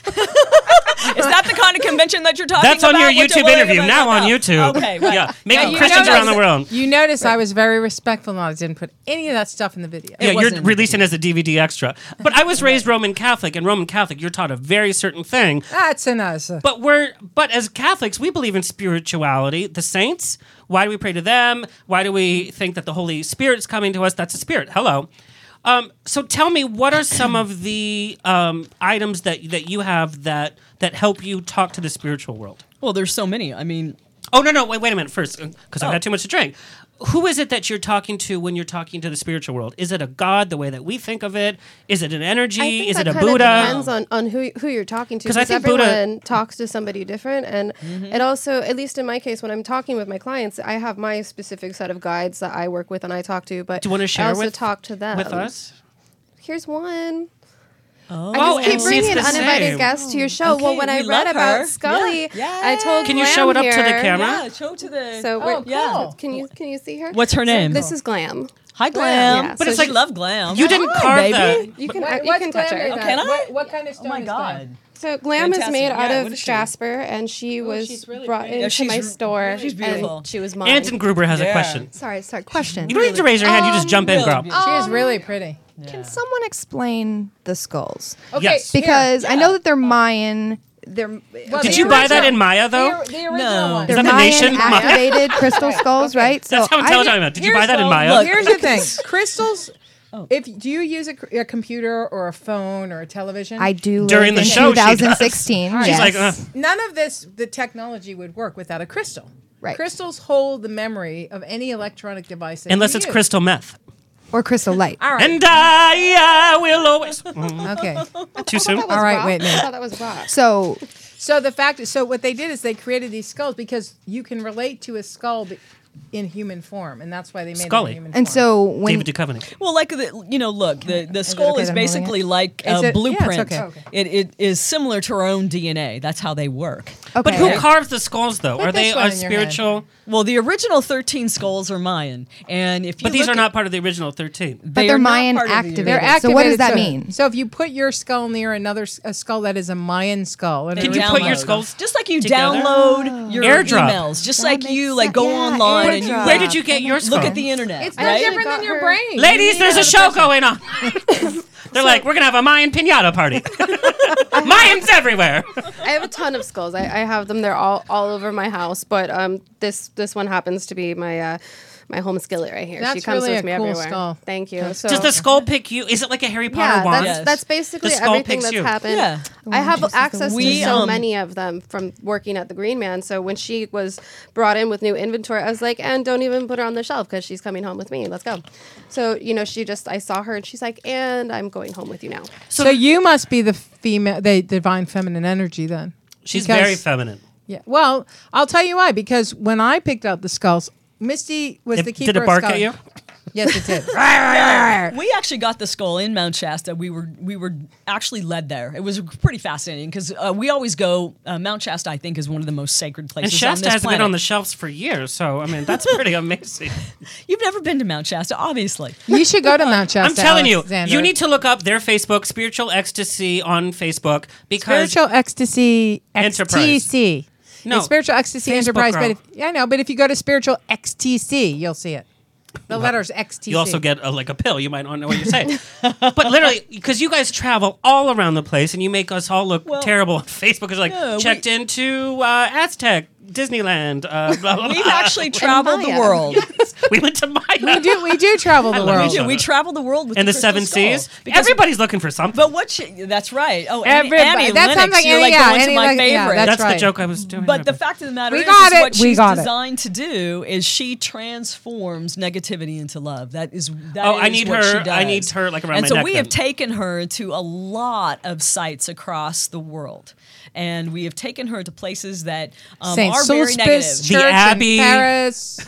[SPEAKER 11] Is that the kind of convention that you're talking
[SPEAKER 5] That's
[SPEAKER 11] about?
[SPEAKER 5] on your
[SPEAKER 11] What
[SPEAKER 5] YouTube
[SPEAKER 11] you're worried
[SPEAKER 5] interview
[SPEAKER 11] about?
[SPEAKER 5] now on
[SPEAKER 11] No.
[SPEAKER 5] YouTube.
[SPEAKER 11] Okay, right.
[SPEAKER 5] Yeah, making
[SPEAKER 11] you
[SPEAKER 5] Christians
[SPEAKER 11] know-
[SPEAKER 5] around the world.
[SPEAKER 2] You notice I was very respectful and I didn't put any of that stuff in the video.
[SPEAKER 5] Yeah,
[SPEAKER 11] wasn't
[SPEAKER 5] you're
[SPEAKER 11] in the
[SPEAKER 5] releasing as a DVD extra. But I was raised Roman Catholic, and Roman Catholic, you're taught a very certain thing.
[SPEAKER 2] That's a nice.
[SPEAKER 5] But we're but as Catholics, we believe in spirituality. The saints. Why do we pray to them? Why do we think that the Holy Spirit's coming to us? That's a spirit. Hello. Um, so tell me, what are some of the um, items that that you have that that help you talk to the spiritual world?
[SPEAKER 11] Well, there's so many. I mean,
[SPEAKER 5] Oh no, no, wait, wait a minute first, because
[SPEAKER 11] Oh.
[SPEAKER 5] I've had too much to drink. Who is it that you're talking to when you're talking to the spiritual world? Is it a God the way that we think of it? Is it an energy? Is it a
[SPEAKER 10] kinda
[SPEAKER 5] Buddha?
[SPEAKER 10] Depends on, on who who you're talking to
[SPEAKER 5] 'Cause I
[SPEAKER 10] because
[SPEAKER 5] think Buddha- Mm-hmm.
[SPEAKER 10] everyone talks to somebody different, and it also, at least in my case, when I'm talking with my clients, I have my specific set of guides that I work with and I talk to. But
[SPEAKER 5] Do you want to
[SPEAKER 10] I
[SPEAKER 5] share
[SPEAKER 10] also
[SPEAKER 5] with
[SPEAKER 10] talk to them
[SPEAKER 5] with us?
[SPEAKER 10] Here's one.
[SPEAKER 11] oh,
[SPEAKER 10] I just
[SPEAKER 5] and
[SPEAKER 10] keep
[SPEAKER 5] see,
[SPEAKER 10] bringing
[SPEAKER 5] it's the
[SPEAKER 10] uninvited
[SPEAKER 5] same. Oh,
[SPEAKER 10] guests to your show. well,
[SPEAKER 11] Okay,
[SPEAKER 10] when I
[SPEAKER 11] we
[SPEAKER 10] read
[SPEAKER 11] love
[SPEAKER 10] about
[SPEAKER 11] her.
[SPEAKER 10] Scully,
[SPEAKER 11] Yeah.
[SPEAKER 10] I told
[SPEAKER 5] Can you
[SPEAKER 10] Glam
[SPEAKER 5] show it up to the
[SPEAKER 10] here-
[SPEAKER 5] camera?
[SPEAKER 11] yeah, show to the. oh,
[SPEAKER 2] Oh,
[SPEAKER 10] So we're-
[SPEAKER 11] yeah.
[SPEAKER 10] Can you can you see her?
[SPEAKER 11] What's her
[SPEAKER 10] So
[SPEAKER 11] name?
[SPEAKER 10] this is Glam.
[SPEAKER 11] Hi, glam.
[SPEAKER 10] Yeah,
[SPEAKER 11] but
[SPEAKER 10] so
[SPEAKER 11] it's like
[SPEAKER 10] she-
[SPEAKER 11] love glam.
[SPEAKER 5] You didn't
[SPEAKER 11] Hi,
[SPEAKER 5] carve
[SPEAKER 11] baby.
[SPEAKER 5] that.
[SPEAKER 10] You can, uh,
[SPEAKER 2] What-
[SPEAKER 10] you
[SPEAKER 2] what's
[SPEAKER 10] can touch
[SPEAKER 2] glam
[SPEAKER 10] her.
[SPEAKER 2] made
[SPEAKER 11] Can I?
[SPEAKER 2] What, what kind of stone
[SPEAKER 11] Oh my
[SPEAKER 2] is
[SPEAKER 11] god.
[SPEAKER 2] glam?
[SPEAKER 10] So glam is
[SPEAKER 11] Fantastic.
[SPEAKER 10] made
[SPEAKER 11] Yeah,
[SPEAKER 10] out
[SPEAKER 11] what
[SPEAKER 10] of
[SPEAKER 11] is she? Oh,
[SPEAKER 10] jasper, and she was
[SPEAKER 2] she's really
[SPEAKER 10] brought
[SPEAKER 2] pretty.
[SPEAKER 10] into
[SPEAKER 2] Yeah,
[SPEAKER 10] my
[SPEAKER 11] she's-
[SPEAKER 10] store.
[SPEAKER 11] she's beautiful.
[SPEAKER 10] and she was mine.
[SPEAKER 5] Anton Gruber has a question.
[SPEAKER 7] Sorry, sorry. Question.
[SPEAKER 5] You don't need to raise your hand. You just jump in, girl.
[SPEAKER 7] Um,
[SPEAKER 2] She is really Oh, pretty.
[SPEAKER 7] Can someone explain the skulls?
[SPEAKER 2] Okay,
[SPEAKER 5] Yes.
[SPEAKER 2] here.
[SPEAKER 7] Because I know that they're Mayan. They're
[SPEAKER 2] Well,
[SPEAKER 5] Did
[SPEAKER 2] the
[SPEAKER 5] you buy that
[SPEAKER 2] original-
[SPEAKER 5] in Maya though?
[SPEAKER 2] The, the original
[SPEAKER 11] No.
[SPEAKER 2] one.
[SPEAKER 5] Is
[SPEAKER 7] they're
[SPEAKER 5] that the
[SPEAKER 7] Mayan
[SPEAKER 5] nation? Mayan.
[SPEAKER 7] activated crystal
[SPEAKER 2] Right,
[SPEAKER 7] skulls,
[SPEAKER 2] okay.
[SPEAKER 7] right?
[SPEAKER 5] That's how I'm
[SPEAKER 7] I
[SPEAKER 5] telling
[SPEAKER 7] didn't-
[SPEAKER 5] you. about. Did you buy
[SPEAKER 2] Here's
[SPEAKER 5] that in
[SPEAKER 2] the-
[SPEAKER 5] Maya?
[SPEAKER 11] Look.
[SPEAKER 2] Here's the thing, crystals.
[SPEAKER 5] Oh.
[SPEAKER 2] If do you use a, c- a computer or a phone or a television?
[SPEAKER 7] I do
[SPEAKER 5] During
[SPEAKER 7] live
[SPEAKER 5] the
[SPEAKER 7] in
[SPEAKER 5] show she does.
[SPEAKER 7] 2016.
[SPEAKER 5] She's
[SPEAKER 7] yes.
[SPEAKER 5] like, uh,
[SPEAKER 2] None of this, the technology would work without a crystal.
[SPEAKER 7] Right.
[SPEAKER 2] Crystals hold the memory of any electronic device. That
[SPEAKER 5] Unless
[SPEAKER 2] you
[SPEAKER 5] it's
[SPEAKER 2] use.
[SPEAKER 5] crystal meth.
[SPEAKER 7] or crystal light.
[SPEAKER 2] All right.
[SPEAKER 5] And I, I will always. Mm,
[SPEAKER 2] okay.
[SPEAKER 5] Too soon.
[SPEAKER 10] That was
[SPEAKER 2] All right,
[SPEAKER 10] rock.
[SPEAKER 2] wait a minute.
[SPEAKER 10] I thought that was rock.
[SPEAKER 7] So
[SPEAKER 2] So the fact is, so what they did is they created these skulls because you can relate to a skull be- in human form, and that's why they made
[SPEAKER 5] Scully.
[SPEAKER 2] it in human
[SPEAKER 7] and
[SPEAKER 2] form.
[SPEAKER 7] so when
[SPEAKER 5] David Duchovny.
[SPEAKER 11] Well, like the, you know, look, the, the skull
[SPEAKER 7] okay
[SPEAKER 11] is
[SPEAKER 7] that I'm holding
[SPEAKER 11] basically
[SPEAKER 7] it?
[SPEAKER 11] like
[SPEAKER 2] Is it- yeah,
[SPEAKER 11] a
[SPEAKER 2] it's
[SPEAKER 11] blueprint.
[SPEAKER 2] okay. Okay.
[SPEAKER 11] It it is similar to our own DNA. That's how they work.
[SPEAKER 7] okay,
[SPEAKER 5] But who carves the skulls though?
[SPEAKER 2] Put
[SPEAKER 5] Are they
[SPEAKER 2] this one
[SPEAKER 5] a
[SPEAKER 2] in your hand.
[SPEAKER 5] spiritual?
[SPEAKER 11] Well, the original thirteen skulls are Mayan, and if you
[SPEAKER 5] But these
[SPEAKER 11] look
[SPEAKER 5] are
[SPEAKER 11] at-
[SPEAKER 5] not part of the original thirteen.
[SPEAKER 7] but
[SPEAKER 11] they
[SPEAKER 7] they're
[SPEAKER 11] are not
[SPEAKER 7] Mayan
[SPEAKER 11] part of the
[SPEAKER 7] activated.
[SPEAKER 11] They're
[SPEAKER 7] So what does
[SPEAKER 2] activated,
[SPEAKER 7] that
[SPEAKER 2] so-
[SPEAKER 7] mean?
[SPEAKER 2] So if you put your skull near another s- a skull that is a Mayan skull, and
[SPEAKER 11] They
[SPEAKER 5] Did you put your
[SPEAKER 11] download.
[SPEAKER 5] skulls
[SPEAKER 11] just like you
[SPEAKER 5] together?
[SPEAKER 11] download your
[SPEAKER 5] Airdrop.
[SPEAKER 11] emails, just
[SPEAKER 7] That
[SPEAKER 11] like
[SPEAKER 7] makes
[SPEAKER 11] you like
[SPEAKER 7] sense.
[SPEAKER 11] go
[SPEAKER 7] Yeah,
[SPEAKER 11] online and you
[SPEAKER 7] airdrop.
[SPEAKER 5] Where did you get your skull?
[SPEAKER 11] look at the internet,
[SPEAKER 10] It's
[SPEAKER 2] no
[SPEAKER 11] right?
[SPEAKER 2] different
[SPEAKER 10] Got
[SPEAKER 2] than your
[SPEAKER 10] her-
[SPEAKER 2] brain.
[SPEAKER 5] Ladies, there's a
[SPEAKER 2] Another
[SPEAKER 5] show
[SPEAKER 2] person.
[SPEAKER 5] going on. They're like, we're gonna have a Mayan pinata party. Mayans everywhere.
[SPEAKER 10] I have a ton of skulls. I, I have them. They're all all over my house. But um, this this one happens to be my uh, my home skillet right here. she
[SPEAKER 2] That's
[SPEAKER 10] comes
[SPEAKER 2] really
[SPEAKER 10] with
[SPEAKER 2] a
[SPEAKER 10] me
[SPEAKER 2] cool
[SPEAKER 10] everywhere.
[SPEAKER 2] skull.
[SPEAKER 10] Thank you. So,
[SPEAKER 5] Does the skull pick you? Is it like a Harry Potter
[SPEAKER 10] yeah,
[SPEAKER 5] wand?
[SPEAKER 10] that's,
[SPEAKER 11] Yes.
[SPEAKER 10] that's basically
[SPEAKER 5] The skull
[SPEAKER 10] everything
[SPEAKER 5] picks
[SPEAKER 10] that's
[SPEAKER 5] you.
[SPEAKER 10] happened.
[SPEAKER 11] Yeah.
[SPEAKER 10] I have access
[SPEAKER 11] We,
[SPEAKER 10] to so
[SPEAKER 11] um,
[SPEAKER 10] many of them from working at the Green Man. So when she was brought in with new inventory, I was like, and don't even put her on the shelf because she's coming home with me. Let's go. So you know, she just I saw her and she's like, and I'm going home with you now.
[SPEAKER 2] So you must be the female, the divine feminine energy then.
[SPEAKER 5] She's
[SPEAKER 2] Because-
[SPEAKER 5] very feminine.
[SPEAKER 2] Yeah. Well, I'll tell you why. Because when I picked out the skulls, Misty was
[SPEAKER 5] Did-
[SPEAKER 2] the keeper.
[SPEAKER 5] did it
[SPEAKER 2] of
[SPEAKER 5] bark
[SPEAKER 2] skulls.
[SPEAKER 5] at you?
[SPEAKER 2] Yes, it did.
[SPEAKER 11] We actually got the skull in Mount Shasta. We were we were actually led there. It was pretty fascinating because uh, we always go. Uh, Mount Shasta, I think, is one of the most sacred
[SPEAKER 5] And
[SPEAKER 11] places. on
[SPEAKER 5] Shasta
[SPEAKER 11] this
[SPEAKER 5] has
[SPEAKER 11] planet.
[SPEAKER 5] been on the shelves for years, so I mean that's pretty amazing.
[SPEAKER 11] You've never been to Mount Shasta, obviously.
[SPEAKER 2] you should go to Mount Shasta.
[SPEAKER 5] I'm telling you,
[SPEAKER 2] Alexander.
[SPEAKER 5] you need to look up their Facebook, Spiritual Ecstasy on Facebook, because
[SPEAKER 2] spiritual ecstasy
[SPEAKER 5] Enterprise.
[SPEAKER 2] XTC.
[SPEAKER 5] No,
[SPEAKER 2] It's spiritual ecstasy
[SPEAKER 5] Facebook
[SPEAKER 2] enterprise.
[SPEAKER 5] girl.
[SPEAKER 2] But if, yeah, I know. But if you go to spiritual XTC, you'll see it. The letters XTC.
[SPEAKER 5] you also get a, like a pill. You might not know what you're saying, but literally, because you guys travel all around the place and you make us all look
[SPEAKER 11] Well,
[SPEAKER 5] terrible on Facebook. It's like
[SPEAKER 11] yeah, we-
[SPEAKER 5] checked into uh, Aztec, Disneyland. Uh, blah, blah,
[SPEAKER 11] We've
[SPEAKER 5] blah.
[SPEAKER 11] actually traveled the
[SPEAKER 10] Maya.
[SPEAKER 11] world.
[SPEAKER 5] we went to Maya.
[SPEAKER 2] We do. We do travel the
[SPEAKER 5] love
[SPEAKER 11] We,
[SPEAKER 5] you,
[SPEAKER 2] world.
[SPEAKER 11] do.
[SPEAKER 5] Shasta.
[SPEAKER 11] we traveled the world with
[SPEAKER 5] and the,
[SPEAKER 11] crystal
[SPEAKER 5] seven
[SPEAKER 11] skull.
[SPEAKER 5] seas.
[SPEAKER 11] Because-
[SPEAKER 5] Everybody's looking for something.
[SPEAKER 11] But what? She, that's right. Oh,
[SPEAKER 2] Everybody-
[SPEAKER 11] Annie, Annie
[SPEAKER 2] that
[SPEAKER 11] Lennox,
[SPEAKER 2] sounds like
[SPEAKER 11] you're
[SPEAKER 2] Annie-
[SPEAKER 11] like
[SPEAKER 2] yeah,
[SPEAKER 11] going
[SPEAKER 2] Annie
[SPEAKER 11] to my
[SPEAKER 2] Lennox, yeah,
[SPEAKER 11] favorite.
[SPEAKER 2] that's
[SPEAKER 5] that's the
[SPEAKER 2] right.
[SPEAKER 5] joke I was doing.
[SPEAKER 11] But the
[SPEAKER 5] earlier.
[SPEAKER 11] fact of the matter
[SPEAKER 2] We
[SPEAKER 11] is,
[SPEAKER 2] got
[SPEAKER 11] is
[SPEAKER 2] it.
[SPEAKER 11] what
[SPEAKER 2] We
[SPEAKER 11] she's
[SPEAKER 2] got it.
[SPEAKER 11] designed to do is she transforms negativity into love. That is that
[SPEAKER 5] Oh, I
[SPEAKER 11] is
[SPEAKER 5] need
[SPEAKER 11] what she
[SPEAKER 5] her-
[SPEAKER 11] does.
[SPEAKER 5] I need her, like, around
[SPEAKER 11] And
[SPEAKER 5] my
[SPEAKER 11] so
[SPEAKER 5] neck
[SPEAKER 11] we
[SPEAKER 5] then.
[SPEAKER 11] have taken her to a lot of sites across the world, and we have taken her to places that um,
[SPEAKER 2] Saint
[SPEAKER 11] are very
[SPEAKER 2] Sulpice
[SPEAKER 11] negative.
[SPEAKER 2] Church
[SPEAKER 5] Abbey.
[SPEAKER 2] in Paris.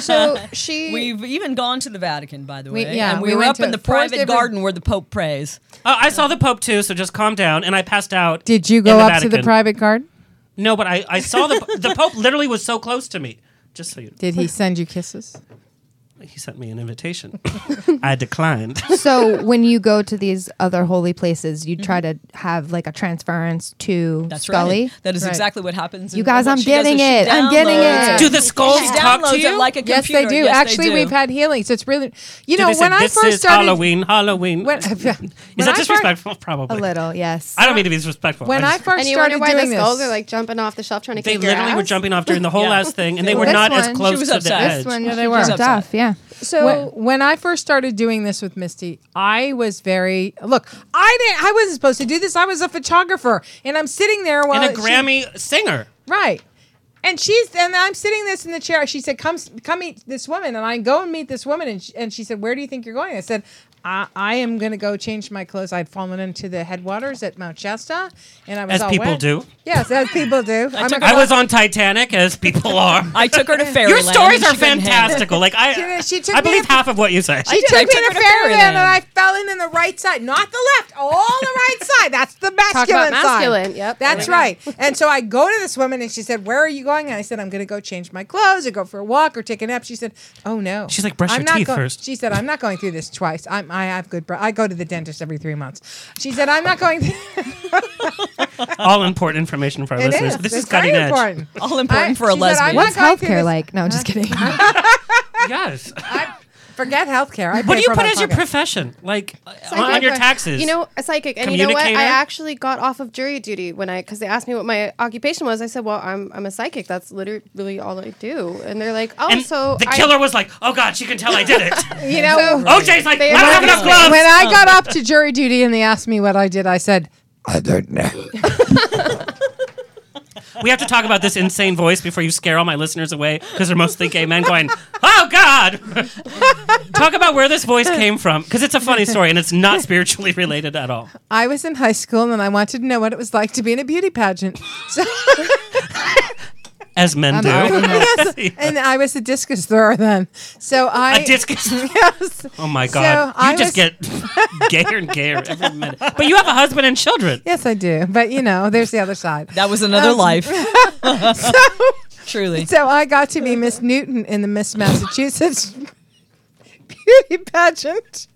[SPEAKER 10] So she
[SPEAKER 11] We've even gone to the Vatican, by the way.
[SPEAKER 2] We- yeah,
[SPEAKER 11] and we,
[SPEAKER 2] we
[SPEAKER 11] were
[SPEAKER 2] went
[SPEAKER 11] up
[SPEAKER 2] to
[SPEAKER 11] in the
[SPEAKER 2] four
[SPEAKER 11] private
[SPEAKER 2] different-
[SPEAKER 11] garden where the Pope prays.
[SPEAKER 5] Oh, I saw the Pope too, so just calm down. And I passed out.
[SPEAKER 2] Did you
[SPEAKER 5] in
[SPEAKER 2] go
[SPEAKER 5] the
[SPEAKER 2] up to the
[SPEAKER 5] Vatican.
[SPEAKER 2] private garden?
[SPEAKER 5] No, but I, I saw the the Pope literally was so close to me. Just so you know,
[SPEAKER 2] Did he send you kisses?
[SPEAKER 5] he sent me an invitation. I declined.
[SPEAKER 7] so when you go to these other holy places, you try to
[SPEAKER 5] Mm-hmm.
[SPEAKER 7] have like a transference to
[SPEAKER 11] That's
[SPEAKER 7] Scully.
[SPEAKER 11] right. That is
[SPEAKER 2] Right.
[SPEAKER 11] exactly what happens.
[SPEAKER 7] You
[SPEAKER 11] and
[SPEAKER 7] guys,
[SPEAKER 11] what
[SPEAKER 7] I'm
[SPEAKER 11] she does is
[SPEAKER 7] getting
[SPEAKER 11] she
[SPEAKER 7] it. I'm getting
[SPEAKER 11] downloads
[SPEAKER 7] it.
[SPEAKER 5] Do the skulls
[SPEAKER 11] She
[SPEAKER 5] talk
[SPEAKER 11] downloads
[SPEAKER 5] to you?
[SPEAKER 11] it like a
[SPEAKER 2] Yes,
[SPEAKER 11] computer.
[SPEAKER 2] they do.
[SPEAKER 11] Yes, they
[SPEAKER 2] Actually,
[SPEAKER 11] do.
[SPEAKER 2] we've had healings. It's really, you
[SPEAKER 5] Do
[SPEAKER 2] know,
[SPEAKER 5] they say,
[SPEAKER 2] when I
[SPEAKER 5] this
[SPEAKER 2] first
[SPEAKER 5] is
[SPEAKER 2] started,
[SPEAKER 5] Halloween, Halloween.
[SPEAKER 2] When-
[SPEAKER 5] is
[SPEAKER 2] when
[SPEAKER 5] that
[SPEAKER 2] I first-
[SPEAKER 5] disrespectful? Probably.
[SPEAKER 7] A little, yes.
[SPEAKER 5] I don't mean to be disrespectful.
[SPEAKER 2] when I
[SPEAKER 5] just-
[SPEAKER 2] first
[SPEAKER 10] and you wonder
[SPEAKER 2] started
[SPEAKER 10] why
[SPEAKER 2] doing
[SPEAKER 10] the skulls
[SPEAKER 2] this,
[SPEAKER 10] are like jumping off the shelf trying to
[SPEAKER 5] they
[SPEAKER 10] kick your
[SPEAKER 5] literally were
[SPEAKER 10] ass?
[SPEAKER 5] jumping off during the whole
[SPEAKER 11] Yeah.
[SPEAKER 5] last thing, and they were
[SPEAKER 7] This
[SPEAKER 5] not as
[SPEAKER 7] one-
[SPEAKER 5] close
[SPEAKER 11] She was
[SPEAKER 5] to the
[SPEAKER 11] upset.
[SPEAKER 5] edge.
[SPEAKER 7] this one
[SPEAKER 11] Yeah,
[SPEAKER 7] she
[SPEAKER 11] they were
[SPEAKER 7] jumped
[SPEAKER 11] upset.
[SPEAKER 7] off. Yeah.
[SPEAKER 10] So
[SPEAKER 2] when, when I first started doing this with Misty, I was very look. I didn't. I wasn't supposed to do this. I was a photographer, and I'm sitting there while
[SPEAKER 5] and a
[SPEAKER 2] she-
[SPEAKER 5] Grammy singer.
[SPEAKER 2] right? And she's and I'm sitting this in the chair. She said, "Come, come meet this woman." And I go and meet this woman, and she, and she said, "Where do you think you're going?" I said, "I, I am going to go change my clothes. I'd fallen into the headwaters at Mount Shasta, and I was
[SPEAKER 5] As
[SPEAKER 2] all
[SPEAKER 5] people
[SPEAKER 2] wet."
[SPEAKER 5] do.
[SPEAKER 2] Yes, as people do. I'm
[SPEAKER 11] took
[SPEAKER 2] a-
[SPEAKER 5] I was on Titanic, as people are.
[SPEAKER 11] I took her to fairyland.
[SPEAKER 5] Your stories
[SPEAKER 11] and
[SPEAKER 5] are
[SPEAKER 11] she couldn't handle it.
[SPEAKER 5] fantastical. Like I,
[SPEAKER 2] She- she took
[SPEAKER 5] I
[SPEAKER 2] me
[SPEAKER 5] believe
[SPEAKER 2] to-
[SPEAKER 5] half of what you say.
[SPEAKER 2] She
[SPEAKER 11] did.
[SPEAKER 2] took
[SPEAKER 11] I
[SPEAKER 2] me
[SPEAKER 11] took her
[SPEAKER 2] to
[SPEAKER 11] to
[SPEAKER 2] Fairyland and
[SPEAKER 11] Fairyland.
[SPEAKER 2] I fell in on the right side, not the left, all the right side. That's the masculine side.
[SPEAKER 10] about masculine. Yep.
[SPEAKER 2] That's
[SPEAKER 10] There we go.
[SPEAKER 2] right. And so I go to this woman and she said, Where are you going? going? And I said, I'm going to go change my clothes or go for a walk or take a nap. She said, Oh no.
[SPEAKER 5] She's like, "Brush
[SPEAKER 2] I'm
[SPEAKER 5] your
[SPEAKER 2] not
[SPEAKER 5] teeth
[SPEAKER 2] go-"
[SPEAKER 5] first.
[SPEAKER 2] She said, I'm not going through this twice. I'm, I have good. Br- I go to the dentist every three months. She said, I'm not going. Th-
[SPEAKER 5] All important information for our
[SPEAKER 2] It
[SPEAKER 5] listeners.
[SPEAKER 2] is.
[SPEAKER 5] This
[SPEAKER 2] It's
[SPEAKER 5] is cutting
[SPEAKER 2] very
[SPEAKER 5] edge.
[SPEAKER 2] important.
[SPEAKER 11] All important
[SPEAKER 2] I-
[SPEAKER 11] for a
[SPEAKER 2] she said, I'm
[SPEAKER 11] lesbian.
[SPEAKER 2] not
[SPEAKER 7] What's
[SPEAKER 2] going through
[SPEAKER 7] healthcare
[SPEAKER 2] this-
[SPEAKER 7] like? No, I'm just kidding.
[SPEAKER 5] Yes.
[SPEAKER 2] Forget healthcare. I
[SPEAKER 5] What
[SPEAKER 2] pay
[SPEAKER 5] do you
[SPEAKER 2] for
[SPEAKER 5] put
[SPEAKER 2] my
[SPEAKER 5] as your
[SPEAKER 2] pocket.
[SPEAKER 5] profession? Like uh, on,
[SPEAKER 10] Psychic.
[SPEAKER 5] on your taxes?
[SPEAKER 10] You know, a psychic. And you know what? I
[SPEAKER 5] Communicator?
[SPEAKER 10] actually got off of jury duty when I, because they asked me what my occupation was. I said, well, I'm, I'm a psychic. That's literally all I do. And they're like, oh,
[SPEAKER 5] and
[SPEAKER 10] so.
[SPEAKER 5] the
[SPEAKER 10] I-
[SPEAKER 5] killer was like, "Oh God, she can tell I did it."
[SPEAKER 2] You know,
[SPEAKER 5] OJ's like, "I don't have enough gloves."
[SPEAKER 2] when I got up to jury duty and they asked me what I did, I said,
[SPEAKER 8] I don't know.
[SPEAKER 5] we have to talk about this insane voice before you scare all my listeners away because they're mostly gay men going, "Oh God." talk about where this voice came from because it's a funny story and it's not spiritually related at all.
[SPEAKER 2] I was in high school and I wanted to know what it was like to be in a beauty pageant. So,
[SPEAKER 5] As men
[SPEAKER 2] I'm
[SPEAKER 5] do.
[SPEAKER 2] older now. and I was a discus thrower then. So I
[SPEAKER 5] A discus-
[SPEAKER 2] Yes.
[SPEAKER 5] Oh my
[SPEAKER 2] So
[SPEAKER 5] God! you
[SPEAKER 2] I
[SPEAKER 5] just
[SPEAKER 2] was-
[SPEAKER 5] get gayer and gayer every minute. But you have a husband and children.
[SPEAKER 2] Yes, I do. But you know, there's the other side.
[SPEAKER 11] That was another
[SPEAKER 2] Um,
[SPEAKER 11] life. Truly.
[SPEAKER 2] So I got to be Miss Newton in the Miss Massachusetts beauty pageant.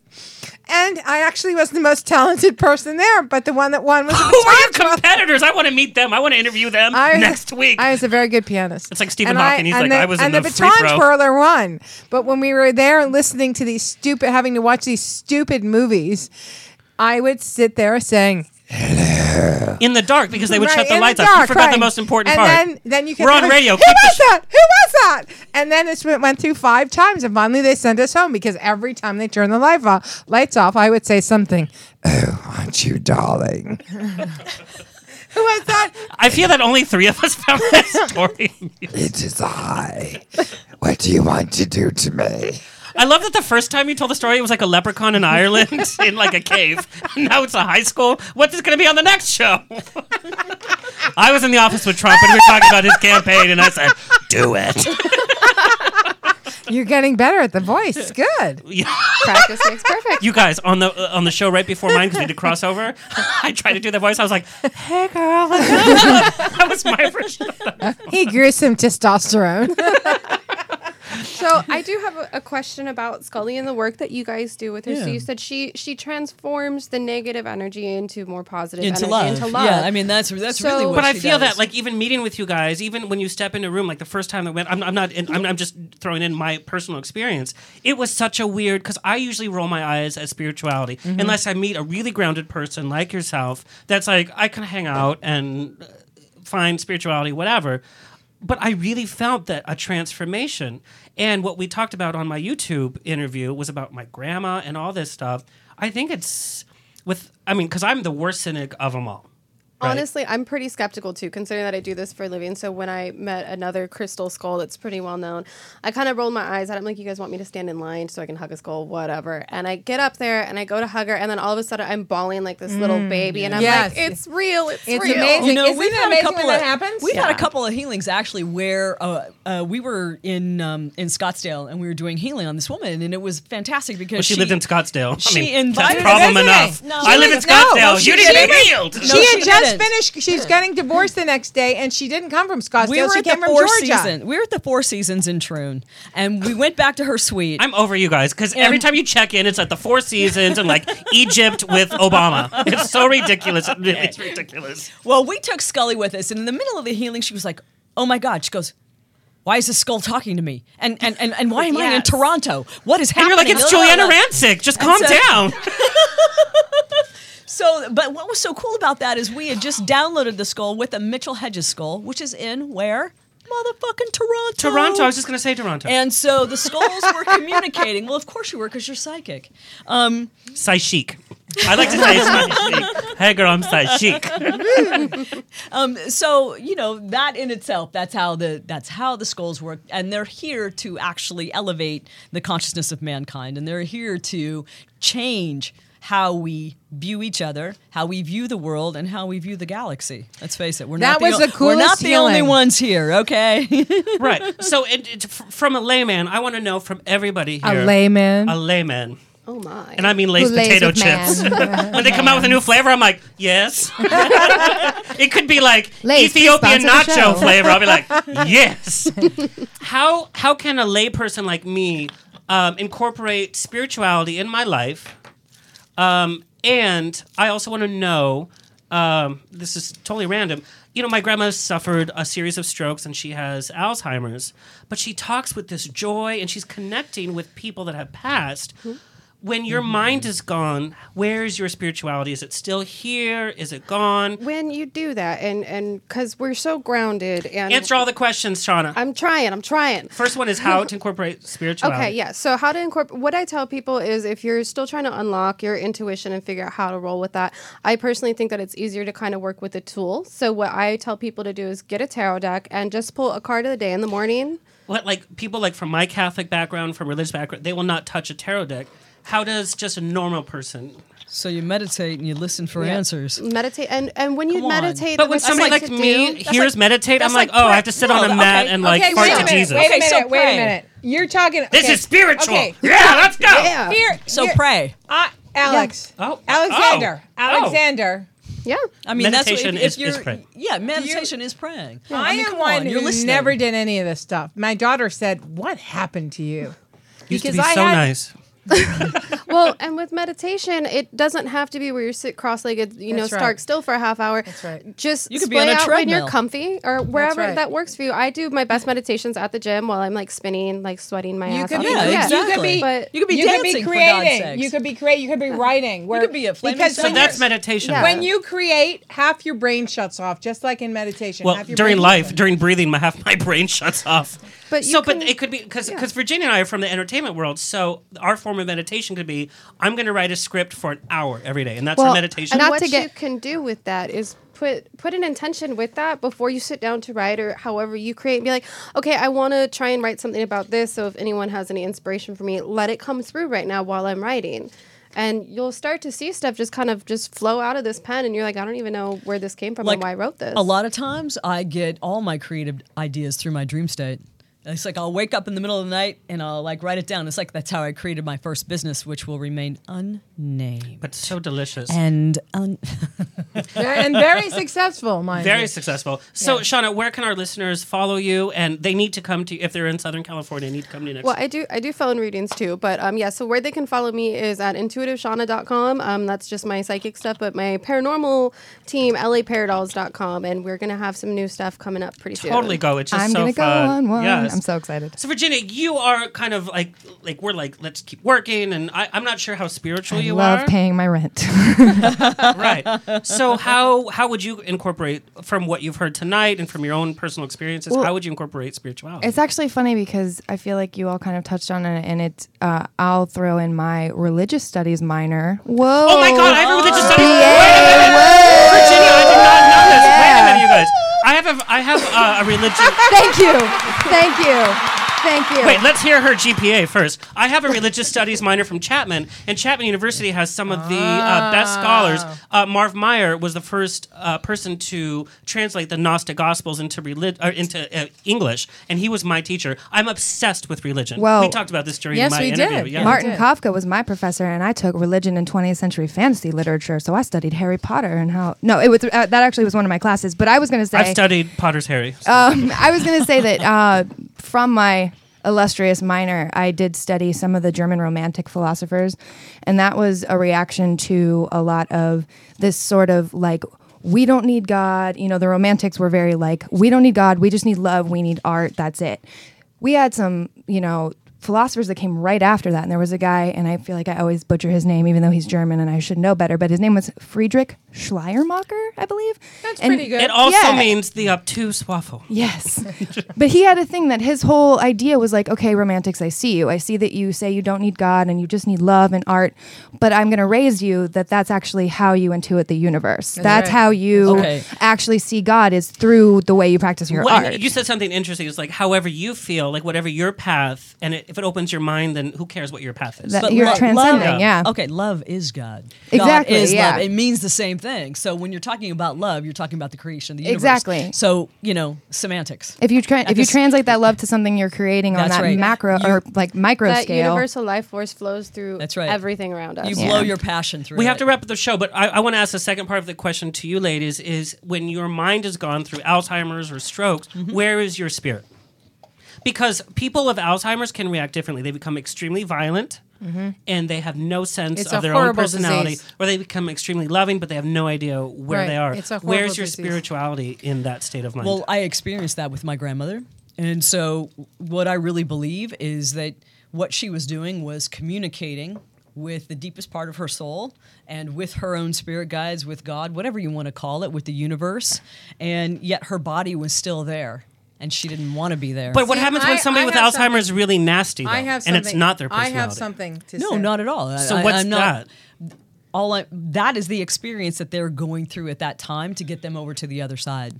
[SPEAKER 2] And I actually was the most talented person there, but the one that won was
[SPEAKER 5] Who are your competitors? I want to meet them. I want to interview them next week.
[SPEAKER 2] I was a very good pianist.
[SPEAKER 5] It's like Stephen
[SPEAKER 2] I-
[SPEAKER 5] Hawking. He's like, I was in
[SPEAKER 2] and
[SPEAKER 5] the,
[SPEAKER 2] the
[SPEAKER 5] free
[SPEAKER 2] baton
[SPEAKER 5] throw.
[SPEAKER 2] twirler won. But when we were there listening to these stupid, having to watch these stupid movies, I would sit there saying,
[SPEAKER 5] in the dark because they would
[SPEAKER 2] Right,
[SPEAKER 5] shut the
[SPEAKER 2] in
[SPEAKER 5] lights
[SPEAKER 2] the
[SPEAKER 5] off. You
[SPEAKER 2] dark,
[SPEAKER 5] forgot the
[SPEAKER 2] right.
[SPEAKER 5] most important
[SPEAKER 2] and
[SPEAKER 5] part.
[SPEAKER 2] Then, then you can
[SPEAKER 5] We're on radio.
[SPEAKER 2] Who
[SPEAKER 5] Keep the
[SPEAKER 2] was
[SPEAKER 5] sh-
[SPEAKER 2] that? Who was that? And then it went, went through five times, and finally they sent us home because every time they turned the light off, lights off, I would say something. "Oh,
[SPEAKER 8] Aren't you, darling?
[SPEAKER 2] Who was that?
[SPEAKER 5] I feel that only three of us found that story.
[SPEAKER 8] It is I. What do you want to do to me?
[SPEAKER 5] I love that the first time you told the story, it was like a leprechaun in Ireland in like a cave. Now it's a high school. What's this going to be on the next show? I was in the office with Trump and we were talking about his campaign, and I said, "Do it."
[SPEAKER 2] You're getting better at the voice. Good.
[SPEAKER 5] Yeah.
[SPEAKER 10] Practice makes perfect.
[SPEAKER 5] You guys on the uh, on the show right before mine because we did crossover. I tried to do the voice. I was like,
[SPEAKER 2] Hey, girl.
[SPEAKER 5] that was my version.
[SPEAKER 2] he grew some testosterone.
[SPEAKER 10] so I do have a, a question about Scully and the work that you guys do with her. So you said she she transforms the negative energy into more positive
[SPEAKER 11] Into
[SPEAKER 10] energy,
[SPEAKER 11] love.
[SPEAKER 10] into love.
[SPEAKER 11] Yeah, I mean, that's- that's really what
[SPEAKER 5] but I
[SPEAKER 11] she
[SPEAKER 5] feel
[SPEAKER 11] does.
[SPEAKER 5] that like even meeting with you guys, even when you step in a room, like the first time I went, I'm, I'm not, in, I'm, I'm just throwing in my personal experience. It was such a weird because I usually roll my eyes at spirituality
[SPEAKER 11] Mm-hmm.
[SPEAKER 12] Mhm.
[SPEAKER 5] unless I meet a really grounded person like yourself. That's like I can hang out and uh, find spirituality, whatever. But I really felt that a transformation. And what we talked about on my YouTube interview was about my grandma and all this stuff. I think it's with, I mean, because I'm the worst cynic of them all. right?
[SPEAKER 10] Honestly, I'm pretty skeptical too, considering that I do this for a living. So when I met another crystal skull that's pretty well known, I kind of rolled my eyes at it. I'm like, you guys want me to stand in line so I can hug a skull, whatever. And I get up there and I go to hug her, and then all of a sudden I'm bawling like this little
[SPEAKER 11] Mm,
[SPEAKER 10] baby, and I'm
[SPEAKER 2] yes.
[SPEAKER 10] like, it's real, it's,
[SPEAKER 2] It's
[SPEAKER 10] real.
[SPEAKER 2] amazing.
[SPEAKER 11] You know,
[SPEAKER 2] Isn't
[SPEAKER 11] we've
[SPEAKER 2] it
[SPEAKER 11] had
[SPEAKER 2] amazing
[SPEAKER 11] a couple
[SPEAKER 2] when
[SPEAKER 11] of,
[SPEAKER 2] that happens?
[SPEAKER 11] We've had
[SPEAKER 2] Yeah.
[SPEAKER 11] a couple of healings actually where uh, uh, we were in um, in Scottsdale and we were doing healing on this woman, and it was fantastic because
[SPEAKER 5] Well, she, lived in Scottsdale.
[SPEAKER 11] she
[SPEAKER 5] I mean,
[SPEAKER 11] invited-
[SPEAKER 5] that's problem
[SPEAKER 11] That's okay.
[SPEAKER 5] enough.
[SPEAKER 11] No.
[SPEAKER 5] I live in
[SPEAKER 11] She was- no.
[SPEAKER 5] Scottsdale.
[SPEAKER 11] She
[SPEAKER 5] you didn't
[SPEAKER 11] didn't.
[SPEAKER 5] get healed.
[SPEAKER 11] No,
[SPEAKER 2] she had just finished. She's getting divorced the next day, and she didn't come from Scottsdale.
[SPEAKER 11] We were
[SPEAKER 2] she
[SPEAKER 11] at
[SPEAKER 2] came
[SPEAKER 11] the
[SPEAKER 2] from
[SPEAKER 11] Four
[SPEAKER 2] Georgia.
[SPEAKER 11] Seasons. We were at the Four Seasons in Troon, and we went back to her suite.
[SPEAKER 5] I'm over you guys because every
[SPEAKER 11] And-
[SPEAKER 5] time you check in, it's at the Four Seasons and like Egypt with Obama. It's so ridiculous. It really is ridiculous.
[SPEAKER 11] Well, we took Scully with us, and in the middle of the healing, she was like, "Oh my God!" She goes. Why is this skull talking to me? And and, and, and why am I in
[SPEAKER 5] Yes.
[SPEAKER 11] Toronto? What is
[SPEAKER 5] And
[SPEAKER 11] happening?
[SPEAKER 5] you're like, it's
[SPEAKER 11] Blah, blah,
[SPEAKER 5] Juliana
[SPEAKER 11] blah.
[SPEAKER 5] Rancic. Just
[SPEAKER 11] And
[SPEAKER 5] calm
[SPEAKER 11] so-
[SPEAKER 5] down.
[SPEAKER 11] So, but what was so cool about that is we had just downloaded the skull with a Mitchell Hedges skull, which is in where? Motherfucking Toronto.
[SPEAKER 5] Toronto. I was just gonna say Toronto.
[SPEAKER 11] And so the skulls were communicating. Well, of course you were because you're psychic. Um,
[SPEAKER 5] Sai chic. I like to say Sai chic. Hey girl, I'm Sai chic.
[SPEAKER 11] um, so you know that in itself, that's how the that's how the skulls work, and they're here to actually elevate the consciousness of mankind, and they're here to change how we view each other, how we view the world, and how we view the galaxy. Let's face it, we're not
[SPEAKER 2] That was
[SPEAKER 11] the,
[SPEAKER 2] the
[SPEAKER 11] We're not
[SPEAKER 2] coolest
[SPEAKER 11] the only
[SPEAKER 2] healing.
[SPEAKER 11] ones here, okay?
[SPEAKER 5] Right. So, it, it, f- from a layman, I want to know from everybody
[SPEAKER 2] A
[SPEAKER 5] here.
[SPEAKER 2] layman.
[SPEAKER 5] A layman.
[SPEAKER 10] Oh my!
[SPEAKER 5] And I mean Lay's
[SPEAKER 10] Who lays
[SPEAKER 5] potato
[SPEAKER 10] with
[SPEAKER 5] chips.
[SPEAKER 10] man.
[SPEAKER 5] when they come out with a new flavor, I'm like, yes. it could be like
[SPEAKER 10] Lay's, please
[SPEAKER 5] Ethiopian
[SPEAKER 10] sponsor the show.
[SPEAKER 5] nacho flavor. I'll be like, yes. how how can a layperson like me um, incorporate spirituality in my life? Um, and I also want to know. Um, this is totally random. You know, my grandma suffered a series of strokes and she has Alzheimer's, but she talks with this joy and she's connecting with people that have passed.
[SPEAKER 10] Hmm.
[SPEAKER 5] When your
[SPEAKER 10] Mm-hmm.
[SPEAKER 5] mind is gone, where's your spirituality? Is it still here? Is it gone?
[SPEAKER 10] When you do that, and and because we're so grounded, and
[SPEAKER 5] Answer all the questions, Shauna.
[SPEAKER 10] I'm trying, I'm trying.
[SPEAKER 5] First one is how to incorporate spirituality.
[SPEAKER 10] Okay, yeah. So how to incorporate what I tell people is if you're still trying to unlock your intuition and figure out how to roll with that, I personally think that it's easier to kind of work with a tool. So what I tell people to do is get a tarot deck and just pull a card of the day in the morning.
[SPEAKER 5] What like people like from my Catholic background, from religious background, they will not touch a tarot deck. How does just a normal person?
[SPEAKER 11] So you meditate and you listen for
[SPEAKER 5] Yeah.
[SPEAKER 11] answers.
[SPEAKER 10] Meditate and and when you
[SPEAKER 11] Come on.
[SPEAKER 10] meditate
[SPEAKER 5] But
[SPEAKER 10] the
[SPEAKER 5] when
[SPEAKER 10] best
[SPEAKER 5] somebody
[SPEAKER 10] thing
[SPEAKER 5] like
[SPEAKER 10] to
[SPEAKER 5] me
[SPEAKER 10] do-
[SPEAKER 5] hears meditate, I'm like,
[SPEAKER 10] like
[SPEAKER 5] oh, I have to sit on a mat and like
[SPEAKER 2] okay,
[SPEAKER 5] fart
[SPEAKER 2] wait a
[SPEAKER 5] to
[SPEAKER 2] minute,
[SPEAKER 5] Jesus.
[SPEAKER 2] Wait a minute.
[SPEAKER 11] so
[SPEAKER 2] wait
[SPEAKER 11] pray.
[SPEAKER 2] a minute. You're talking.
[SPEAKER 5] This
[SPEAKER 2] okay,
[SPEAKER 5] is spiritual.
[SPEAKER 2] okay.
[SPEAKER 5] Yeah, let's go.
[SPEAKER 11] Yeah.
[SPEAKER 2] Here,
[SPEAKER 11] So
[SPEAKER 2] here-
[SPEAKER 11] pray.
[SPEAKER 2] Uh, Alex.
[SPEAKER 5] Oh.
[SPEAKER 2] Alexander.
[SPEAKER 11] Oh.
[SPEAKER 2] Alexander.
[SPEAKER 10] Yeah.
[SPEAKER 11] I mean, that's what,
[SPEAKER 5] Meditation
[SPEAKER 11] if,
[SPEAKER 5] is-
[SPEAKER 11] if you're,
[SPEAKER 5] is praying.
[SPEAKER 11] Yeah, meditation is praying.
[SPEAKER 2] I,
[SPEAKER 11] mean,
[SPEAKER 2] am
[SPEAKER 11] come
[SPEAKER 2] one
[SPEAKER 11] on, you're
[SPEAKER 2] who
[SPEAKER 11] listening.
[SPEAKER 2] never did any of this stuff. My daughter said, "What happened to you?"
[SPEAKER 5] Used to
[SPEAKER 2] Because
[SPEAKER 5] be
[SPEAKER 2] I
[SPEAKER 5] so
[SPEAKER 2] had-
[SPEAKER 5] nice.
[SPEAKER 10] well, and with meditation, it doesn't have to be where you sit cross-legged,
[SPEAKER 2] That's
[SPEAKER 10] you know,
[SPEAKER 2] right.
[SPEAKER 10] stark still for a half hour. That's
[SPEAKER 2] right.
[SPEAKER 10] Just
[SPEAKER 11] You
[SPEAKER 10] you
[SPEAKER 11] could
[SPEAKER 10] could
[SPEAKER 11] be on a
[SPEAKER 10] out when you're
[SPEAKER 11] treadmill.
[SPEAKER 10] comfy or wherever
[SPEAKER 2] right.
[SPEAKER 10] that works for you. I do my best meditations at the gym while I'm like spinning, like sweating my
[SPEAKER 2] You
[SPEAKER 10] ass
[SPEAKER 2] could
[SPEAKER 10] off.
[SPEAKER 2] be, you could be,
[SPEAKER 10] But
[SPEAKER 11] You could be dancing, for God's
[SPEAKER 2] creating.
[SPEAKER 11] sakes.
[SPEAKER 2] You could be creating. You could be writing. Where,
[SPEAKER 11] could be a flaming
[SPEAKER 2] because
[SPEAKER 11] So
[SPEAKER 2] when
[SPEAKER 5] that's
[SPEAKER 2] you're-
[SPEAKER 5] meditation.
[SPEAKER 10] Yeah.
[SPEAKER 2] When you create, half your brain shuts off, just like in meditation.
[SPEAKER 5] Well,
[SPEAKER 2] half your
[SPEAKER 5] during
[SPEAKER 2] brain
[SPEAKER 5] life, during breathing, my half my brain shuts off.
[SPEAKER 10] But you
[SPEAKER 5] so, but
[SPEAKER 10] can-
[SPEAKER 5] it could be because Virginia and I are from the entertainment world, so our form of meditation could be I'm going to write a script for an hour every day, and that's our meditation.
[SPEAKER 10] And what you can do with that is put put an intention with that before you sit down to write or however you create. Be like, okay, I want to try and write something about this. So if anyone has any inspiration for me, let it come through right now while I'm writing. And you'll start to see stuff just kind of just flow out of this pen, and you're like, I don't even know where this came from
[SPEAKER 11] Like,
[SPEAKER 10] and why I wrote this.
[SPEAKER 11] A lot of times I get all my creative ideas through my dream state. It's like I'll wake up in the middle of the night and I'll like write it down. It's like that's how I created my first business, which will remain unnamed.
[SPEAKER 5] but so delicious.
[SPEAKER 11] And un-
[SPEAKER 2] Yeah, and very successful, mind
[SPEAKER 5] Very
[SPEAKER 2] you.
[SPEAKER 5] successful. So, Shauna, where can our listeners follow you? And they need to come to if they're in Southern California, they need to come to you next.
[SPEAKER 10] Well, I do I do phone readings too, but um yeah, so where they can follow me is at intuitiveshana.com. Um that's just my psychic stuff, but my paranormal team laparadols.com and we're going to have some new stuff coming up pretty soon.
[SPEAKER 5] Totally go. It's just
[SPEAKER 7] I'm
[SPEAKER 5] so
[SPEAKER 7] gonna go
[SPEAKER 5] fun.
[SPEAKER 7] on one.
[SPEAKER 5] Yes.
[SPEAKER 7] I'm so excited.
[SPEAKER 5] So Virginia, you are kind of like like we're like let's keep working, and I, I'm not sure how spiritual you
[SPEAKER 7] Love
[SPEAKER 5] are.
[SPEAKER 7] paying my rent.
[SPEAKER 5] right. So how how would you incorporate from what you've heard tonight and from your own personal experiences?
[SPEAKER 7] Well,
[SPEAKER 5] how would you incorporate spirituality?
[SPEAKER 7] It's actually funny because I feel like you all kind of touched on it, and it. Uh, I'll throw in my religious studies minor. Whoa!
[SPEAKER 5] Oh my God! I have a religious studies.
[SPEAKER 7] BA,
[SPEAKER 5] Wait a minute.
[SPEAKER 7] whoa.
[SPEAKER 5] Virginia, I did not know this. Wait a
[SPEAKER 7] Yeah.
[SPEAKER 5] minute, you guys. I have a I have a, a religion.
[SPEAKER 7] Thank you, thank you, thank you.
[SPEAKER 5] Wait, let's hear her GPA first. I have a religious studies minor from Chapman, and Chapman University has some of the uh, best scholars.
[SPEAKER 7] Ah.
[SPEAKER 5] Uh, Marv Meyer was the first uh, person to translate the Gnostic Gospels into relig- or into uh, English, and he was my teacher. I'm obsessed with religion.
[SPEAKER 7] Well-
[SPEAKER 5] we talked about this during
[SPEAKER 2] Yes,
[SPEAKER 5] my
[SPEAKER 2] we
[SPEAKER 5] interview.
[SPEAKER 2] did.
[SPEAKER 5] Yeah.
[SPEAKER 7] Martin Kafka was my professor, and I took religion and 20th century fantasy literature. So I studied Harry Potter and how. No, it was uh, that actually was one of my classes. But I was going to say
[SPEAKER 5] I've studied Potter's Harry.
[SPEAKER 7] um, I was going to say that uh, from my illustrious minor, I did study some of the German Romantic philosophers, and that was a reaction to a lot of this sort of like. We don't need God. You know, the Romantics were very like, we don't need God. We just need love. We need art. That's it. We had some, you know, philosophers that came right after that. And there was a guy, and I feel like I always butcher his name, even though he's German and I should know better, but his name was Friedrich Schleiermacher, I believe. That's
[SPEAKER 2] pretty good.
[SPEAKER 5] It also
[SPEAKER 7] Yeah.
[SPEAKER 5] means the obtuse waffle.
[SPEAKER 7] Yes. but he had a thing that his whole idea was like, okay, romantics, I see you. I see that you say you don't need God and you just need love and art, but I'm going to raise you that that's actually how you intuit the universe. That's,
[SPEAKER 5] right.
[SPEAKER 7] how you
[SPEAKER 11] Okay.
[SPEAKER 7] actually see God is through the way you practice your
[SPEAKER 5] Well,
[SPEAKER 7] art.
[SPEAKER 5] You said something interesting. It's like however you feel, like whatever your path, and it if it opens your mind, then who cares what your path is?
[SPEAKER 7] That But you're lo- transcending, love- yeah.
[SPEAKER 11] Okay, love is God.
[SPEAKER 7] Exactly,
[SPEAKER 11] God is
[SPEAKER 7] yeah.
[SPEAKER 11] love. It means the same thing. So when you're talking about love, you're talking about the creation of the universe.
[SPEAKER 7] Exactly.
[SPEAKER 11] So you know semantics.
[SPEAKER 7] If you tra-
[SPEAKER 11] At
[SPEAKER 7] if you
[SPEAKER 11] this-
[SPEAKER 7] translate that love to something you're creating on
[SPEAKER 11] That's
[SPEAKER 7] that
[SPEAKER 11] right.
[SPEAKER 7] macro or like micro
[SPEAKER 10] that
[SPEAKER 7] scale,
[SPEAKER 10] universal life force flows through
[SPEAKER 11] That's right.
[SPEAKER 10] everything around us.
[SPEAKER 11] You blow your passion through.
[SPEAKER 5] we
[SPEAKER 11] it.
[SPEAKER 5] have to wrap up the show, but I, I want to ask the second part of the question to you, ladies: is when your mind has gone through Alzheimer's or strokes,
[SPEAKER 11] Mm-hmm.
[SPEAKER 5] where is your spirit? Because people with Alzheimer's can react differently. They become extremely violent,
[SPEAKER 11] Mm-hmm.
[SPEAKER 2] Mhm.
[SPEAKER 5] and they have no sense
[SPEAKER 2] It's a
[SPEAKER 5] of their own
[SPEAKER 2] horrible
[SPEAKER 5] personality,
[SPEAKER 2] disease.
[SPEAKER 5] or they become extremely loving, but they have no idea where
[SPEAKER 11] Right.
[SPEAKER 5] they are.
[SPEAKER 11] It's a horrible
[SPEAKER 5] Where's your
[SPEAKER 11] disease.
[SPEAKER 5] spirituality in that state of mind?
[SPEAKER 11] Well, I experienced that with my grandmother. And so, what I really believe is that what she was doing was communicating with the deepest part of her soul and with her own spirit guides, with God, whatever you want to call it, with the universe. And yet, her body was still there and she didn't want to be there.
[SPEAKER 5] but what happens when
[SPEAKER 2] I-
[SPEAKER 5] somebody
[SPEAKER 2] I
[SPEAKER 5] with
[SPEAKER 2] have
[SPEAKER 5] Alzheimer's
[SPEAKER 2] something-
[SPEAKER 5] is really nasty, though,
[SPEAKER 2] I have
[SPEAKER 5] and
[SPEAKER 2] something.
[SPEAKER 5] it's not their personality?
[SPEAKER 2] I have something to
[SPEAKER 11] no,
[SPEAKER 2] say.
[SPEAKER 11] not at all. I-
[SPEAKER 5] So
[SPEAKER 11] I-
[SPEAKER 5] what's
[SPEAKER 11] I'm not, All I, that is the experience that they're going through at that time to get them over to the other side.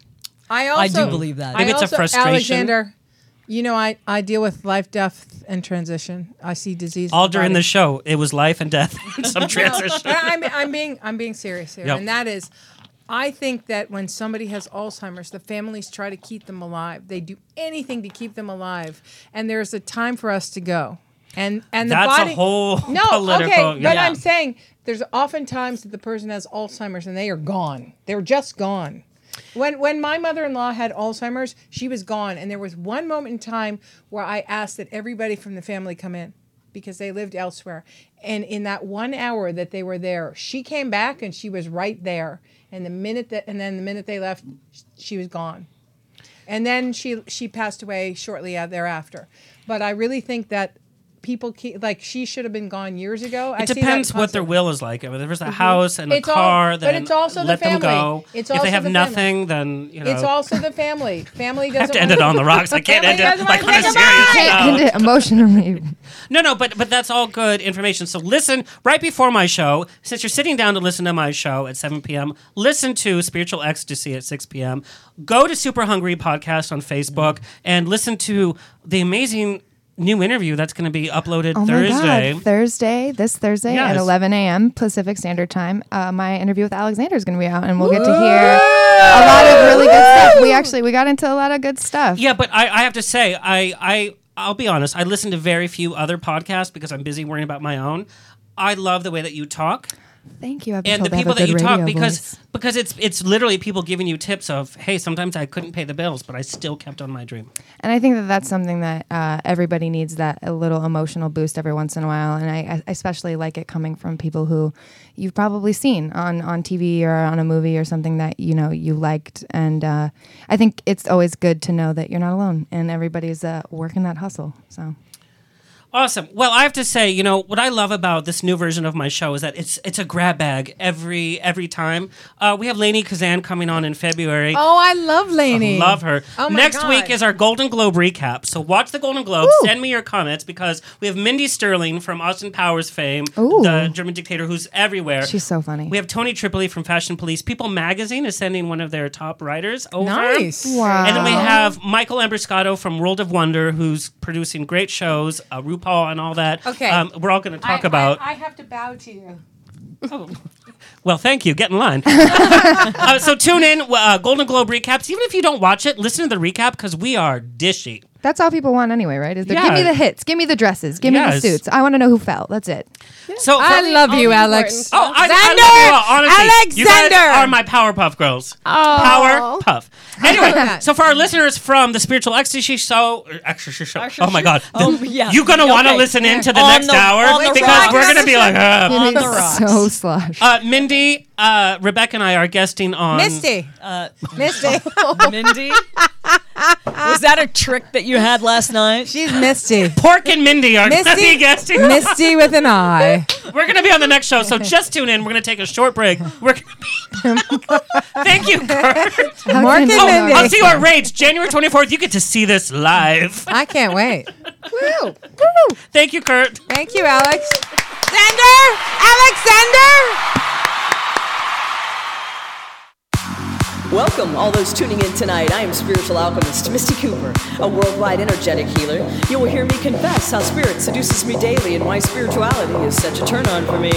[SPEAKER 2] I also
[SPEAKER 11] I do believe that.
[SPEAKER 2] I also- Alexander, you know, I, I deal with life, death, and transition. I see disease.
[SPEAKER 5] All
[SPEAKER 2] in
[SPEAKER 5] during
[SPEAKER 2] body.
[SPEAKER 5] the show, it was life and death, and some transition.
[SPEAKER 2] No, I- I'm, I'm being I'm being serious here,
[SPEAKER 5] Yep.
[SPEAKER 2] and that is, I think that when somebody has Alzheimer's, the families try to keep them alive. They do anything to keep them alive, and there's a time for us to go. And and the
[SPEAKER 5] That's a
[SPEAKER 2] body
[SPEAKER 5] whole
[SPEAKER 2] no
[SPEAKER 5] political-
[SPEAKER 2] okay, but
[SPEAKER 5] yeah.
[SPEAKER 2] I'm saying there's often times that the person has Alzheimer's and they are gone. They're just gone. When when my mother-in-law had Alzheimer's, she was gone, and there was one moment in time where I asked that everybody from the family come in because they lived elsewhere. And in that one hour that they were there, she came back and she was right there. And the minute that and then the minute they left, sh- she was gone. And then she she passed away shortly a- thereafter. But I really think that people keep like she should have been gone years ago. I
[SPEAKER 5] It
[SPEAKER 2] see that
[SPEAKER 5] depends what
[SPEAKER 2] constantly.
[SPEAKER 5] their will is like. I mean, if there's a
[SPEAKER 2] Mhm.
[SPEAKER 5] house and
[SPEAKER 2] It's
[SPEAKER 5] a
[SPEAKER 2] all-
[SPEAKER 5] car,
[SPEAKER 2] but
[SPEAKER 5] then
[SPEAKER 2] it's also the
[SPEAKER 5] let them go.
[SPEAKER 2] family. It's
[SPEAKER 5] if
[SPEAKER 2] also
[SPEAKER 5] they have
[SPEAKER 2] the family.
[SPEAKER 5] nothing, then you know.
[SPEAKER 2] It's also the family. Family doesn't
[SPEAKER 5] I have to end it on the rocks. I can't end it like on a serious
[SPEAKER 7] Can't
[SPEAKER 5] note.
[SPEAKER 7] end it emotionally.
[SPEAKER 5] No, no, but but that's all good information. So listen right before my show. Since you're sitting down to listen to my show at 7 p.m., listen to Spiritual Ecstasy at 6 p.m. Go to Super Hungry Podcast on Facebook
[SPEAKER 7] Mm.
[SPEAKER 5] and listen to the amazing new interview that's going to be uploaded
[SPEAKER 7] Oh
[SPEAKER 5] Thursday.
[SPEAKER 7] my god! Thursday, this Thursday at
[SPEAKER 5] Yes.
[SPEAKER 7] 11 a.m. Pacific Standard Time, uh, my interview with Alexander is going to be out, and we'll get to hear a lot of really good stuff. We actually we got into a lot of good stuff.
[SPEAKER 5] Yeah, but I, I have to say, I, I, I'll be honest. I listen to very few other podcasts because I'm busy worrying about my own. I love the way that you talk
[SPEAKER 7] Thank you. I've been
[SPEAKER 5] and the
[SPEAKER 7] told I have
[SPEAKER 5] people
[SPEAKER 7] a
[SPEAKER 5] that you
[SPEAKER 7] good
[SPEAKER 5] talk
[SPEAKER 7] radio
[SPEAKER 5] because
[SPEAKER 7] voice.
[SPEAKER 5] because it's it's literally people giving you tips of hey sometimes I couldn't pay the bills but I still kept on my dream.
[SPEAKER 7] And I think that that's something that uh, everybody needs that a little emotional boost every once in a while. And I, I especially like it coming from people who you've probably seen on, on TV or on a movie or something that you know you liked. And uh, I think it's always good to know that you're not alone and everybody's uh, working that hustle. So
[SPEAKER 5] Awesome. Well, I have to say, you know, what I love about this new version of my show is that it's it's a grab bag every every time. Uh, we have Lainey Kazan coming on in February.
[SPEAKER 2] Oh, I love Lainey.
[SPEAKER 5] Love her.
[SPEAKER 2] Oh my
[SPEAKER 5] Next
[SPEAKER 2] God.
[SPEAKER 5] week is our Golden Globe recap. So watch the Golden Globe. Send me your comments because we have Mindy Sterling from Austin Powers fame,
[SPEAKER 7] Ooh.
[SPEAKER 5] the German dictator who's everywhere.
[SPEAKER 7] she's so funny.
[SPEAKER 5] we have Tony Tripoli from Fashion Police. People Magazine is sending one of their top writers over.
[SPEAKER 2] Nice. Wow.
[SPEAKER 5] And then we have Michael Ambroscato from World of Wonder, who's producing great shows, uh, RuPaul and all that.
[SPEAKER 2] Okay.
[SPEAKER 5] Um, we're all going to talk about.
[SPEAKER 2] I, have to bow to you.
[SPEAKER 5] Well, thank you. Get in line. uh, so tune in, uh, Golden Globe recaps. Even if you don't watch it, listen to the recap because we are dishy.
[SPEAKER 7] That's all people want anyway, right? Is the,
[SPEAKER 5] Yeah.
[SPEAKER 7] Give me the hits, give me the dresses, give me
[SPEAKER 5] Yes.
[SPEAKER 7] the suits. I want to know who fell. That's it.
[SPEAKER 5] So
[SPEAKER 2] I love you, Alex.
[SPEAKER 5] Oh, I, I love you all, honestly. You
[SPEAKER 2] Alexander!
[SPEAKER 5] guys are my Powerpuff Girls.
[SPEAKER 2] Oh.
[SPEAKER 5] Powerpuff.
[SPEAKER 2] love
[SPEAKER 5] Anyway,
[SPEAKER 2] that.
[SPEAKER 5] so for our listeners from the Spiritual Ecstasy Show, er, Ecstasy Show. Oh my God,
[SPEAKER 11] Oh,
[SPEAKER 5] The-
[SPEAKER 11] yeah.
[SPEAKER 5] you're gonna want to
[SPEAKER 11] Okay.
[SPEAKER 5] listen
[SPEAKER 11] Yeah.
[SPEAKER 5] into the
[SPEAKER 11] On
[SPEAKER 5] next
[SPEAKER 11] the- on
[SPEAKER 5] hour
[SPEAKER 11] the
[SPEAKER 5] because we're
[SPEAKER 11] rocks.
[SPEAKER 5] gonna be like, uh,
[SPEAKER 7] It is so slosh.
[SPEAKER 5] uh, Mindy, uh, Rebecca, and I are guesting on
[SPEAKER 2] Misty.
[SPEAKER 11] Uh,
[SPEAKER 2] Misty.
[SPEAKER 11] Mindy? Was that a trick that you had last night?
[SPEAKER 2] She's Misty.
[SPEAKER 5] Pork and Mindy are gonna be
[SPEAKER 2] Misty.
[SPEAKER 5] guesting.
[SPEAKER 2] Misty with an eye.
[SPEAKER 5] We're going to be on the next show, so just tune in. We're going to take a short break. We're gonna be- Thank you, Kurt.
[SPEAKER 2] Mark and
[SPEAKER 5] Oh,
[SPEAKER 2] Mindy.
[SPEAKER 5] I'll see you at Rage, January 24th. You get to see this live.
[SPEAKER 2] I can't wait. Woo!
[SPEAKER 5] Thank you, Kurt.
[SPEAKER 2] Thank you, Alex. Xander! Alexander!
[SPEAKER 11] Welcome all those tuning in tonight. I am spiritual alchemist Misty Cooper, a worldwide energetic healer. You will hear me confess how spirit seduces me daily and why spirituality is such a turn on for me.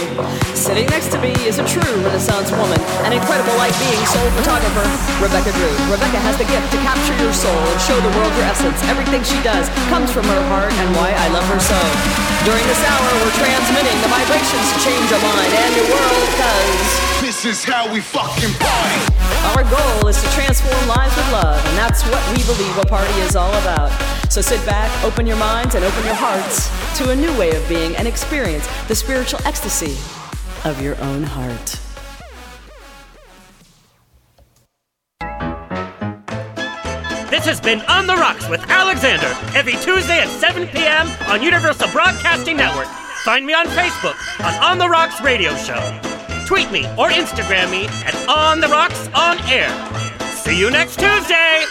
[SPEAKER 11] Sitting next to me is a true Renaissance woman, an incredible light being soul photographer, Rebecca Drew. Rebecca has the gift to capture your soul and show the world your essence. Everything she does comes from her heart and why I love her so. During this hour, we're transmitting the vibrations to change your mind and your world because.
[SPEAKER 14] This is how we fucking party.
[SPEAKER 11] Our goal is to transform lives with love, and that's what we believe a party is all about. So sit back, open your minds, and open your hearts to a new way of being and experience the spiritual ecstasy of your own heart.
[SPEAKER 5] This has been On the Rocks with Alexander every Tuesday at 7 p.m. on Universal Broadcasting Network. Find me on Facebook on On the Rocks Radio Show. Tweet me or Instagram me at On the Rocks On Air. See you next Tuesday!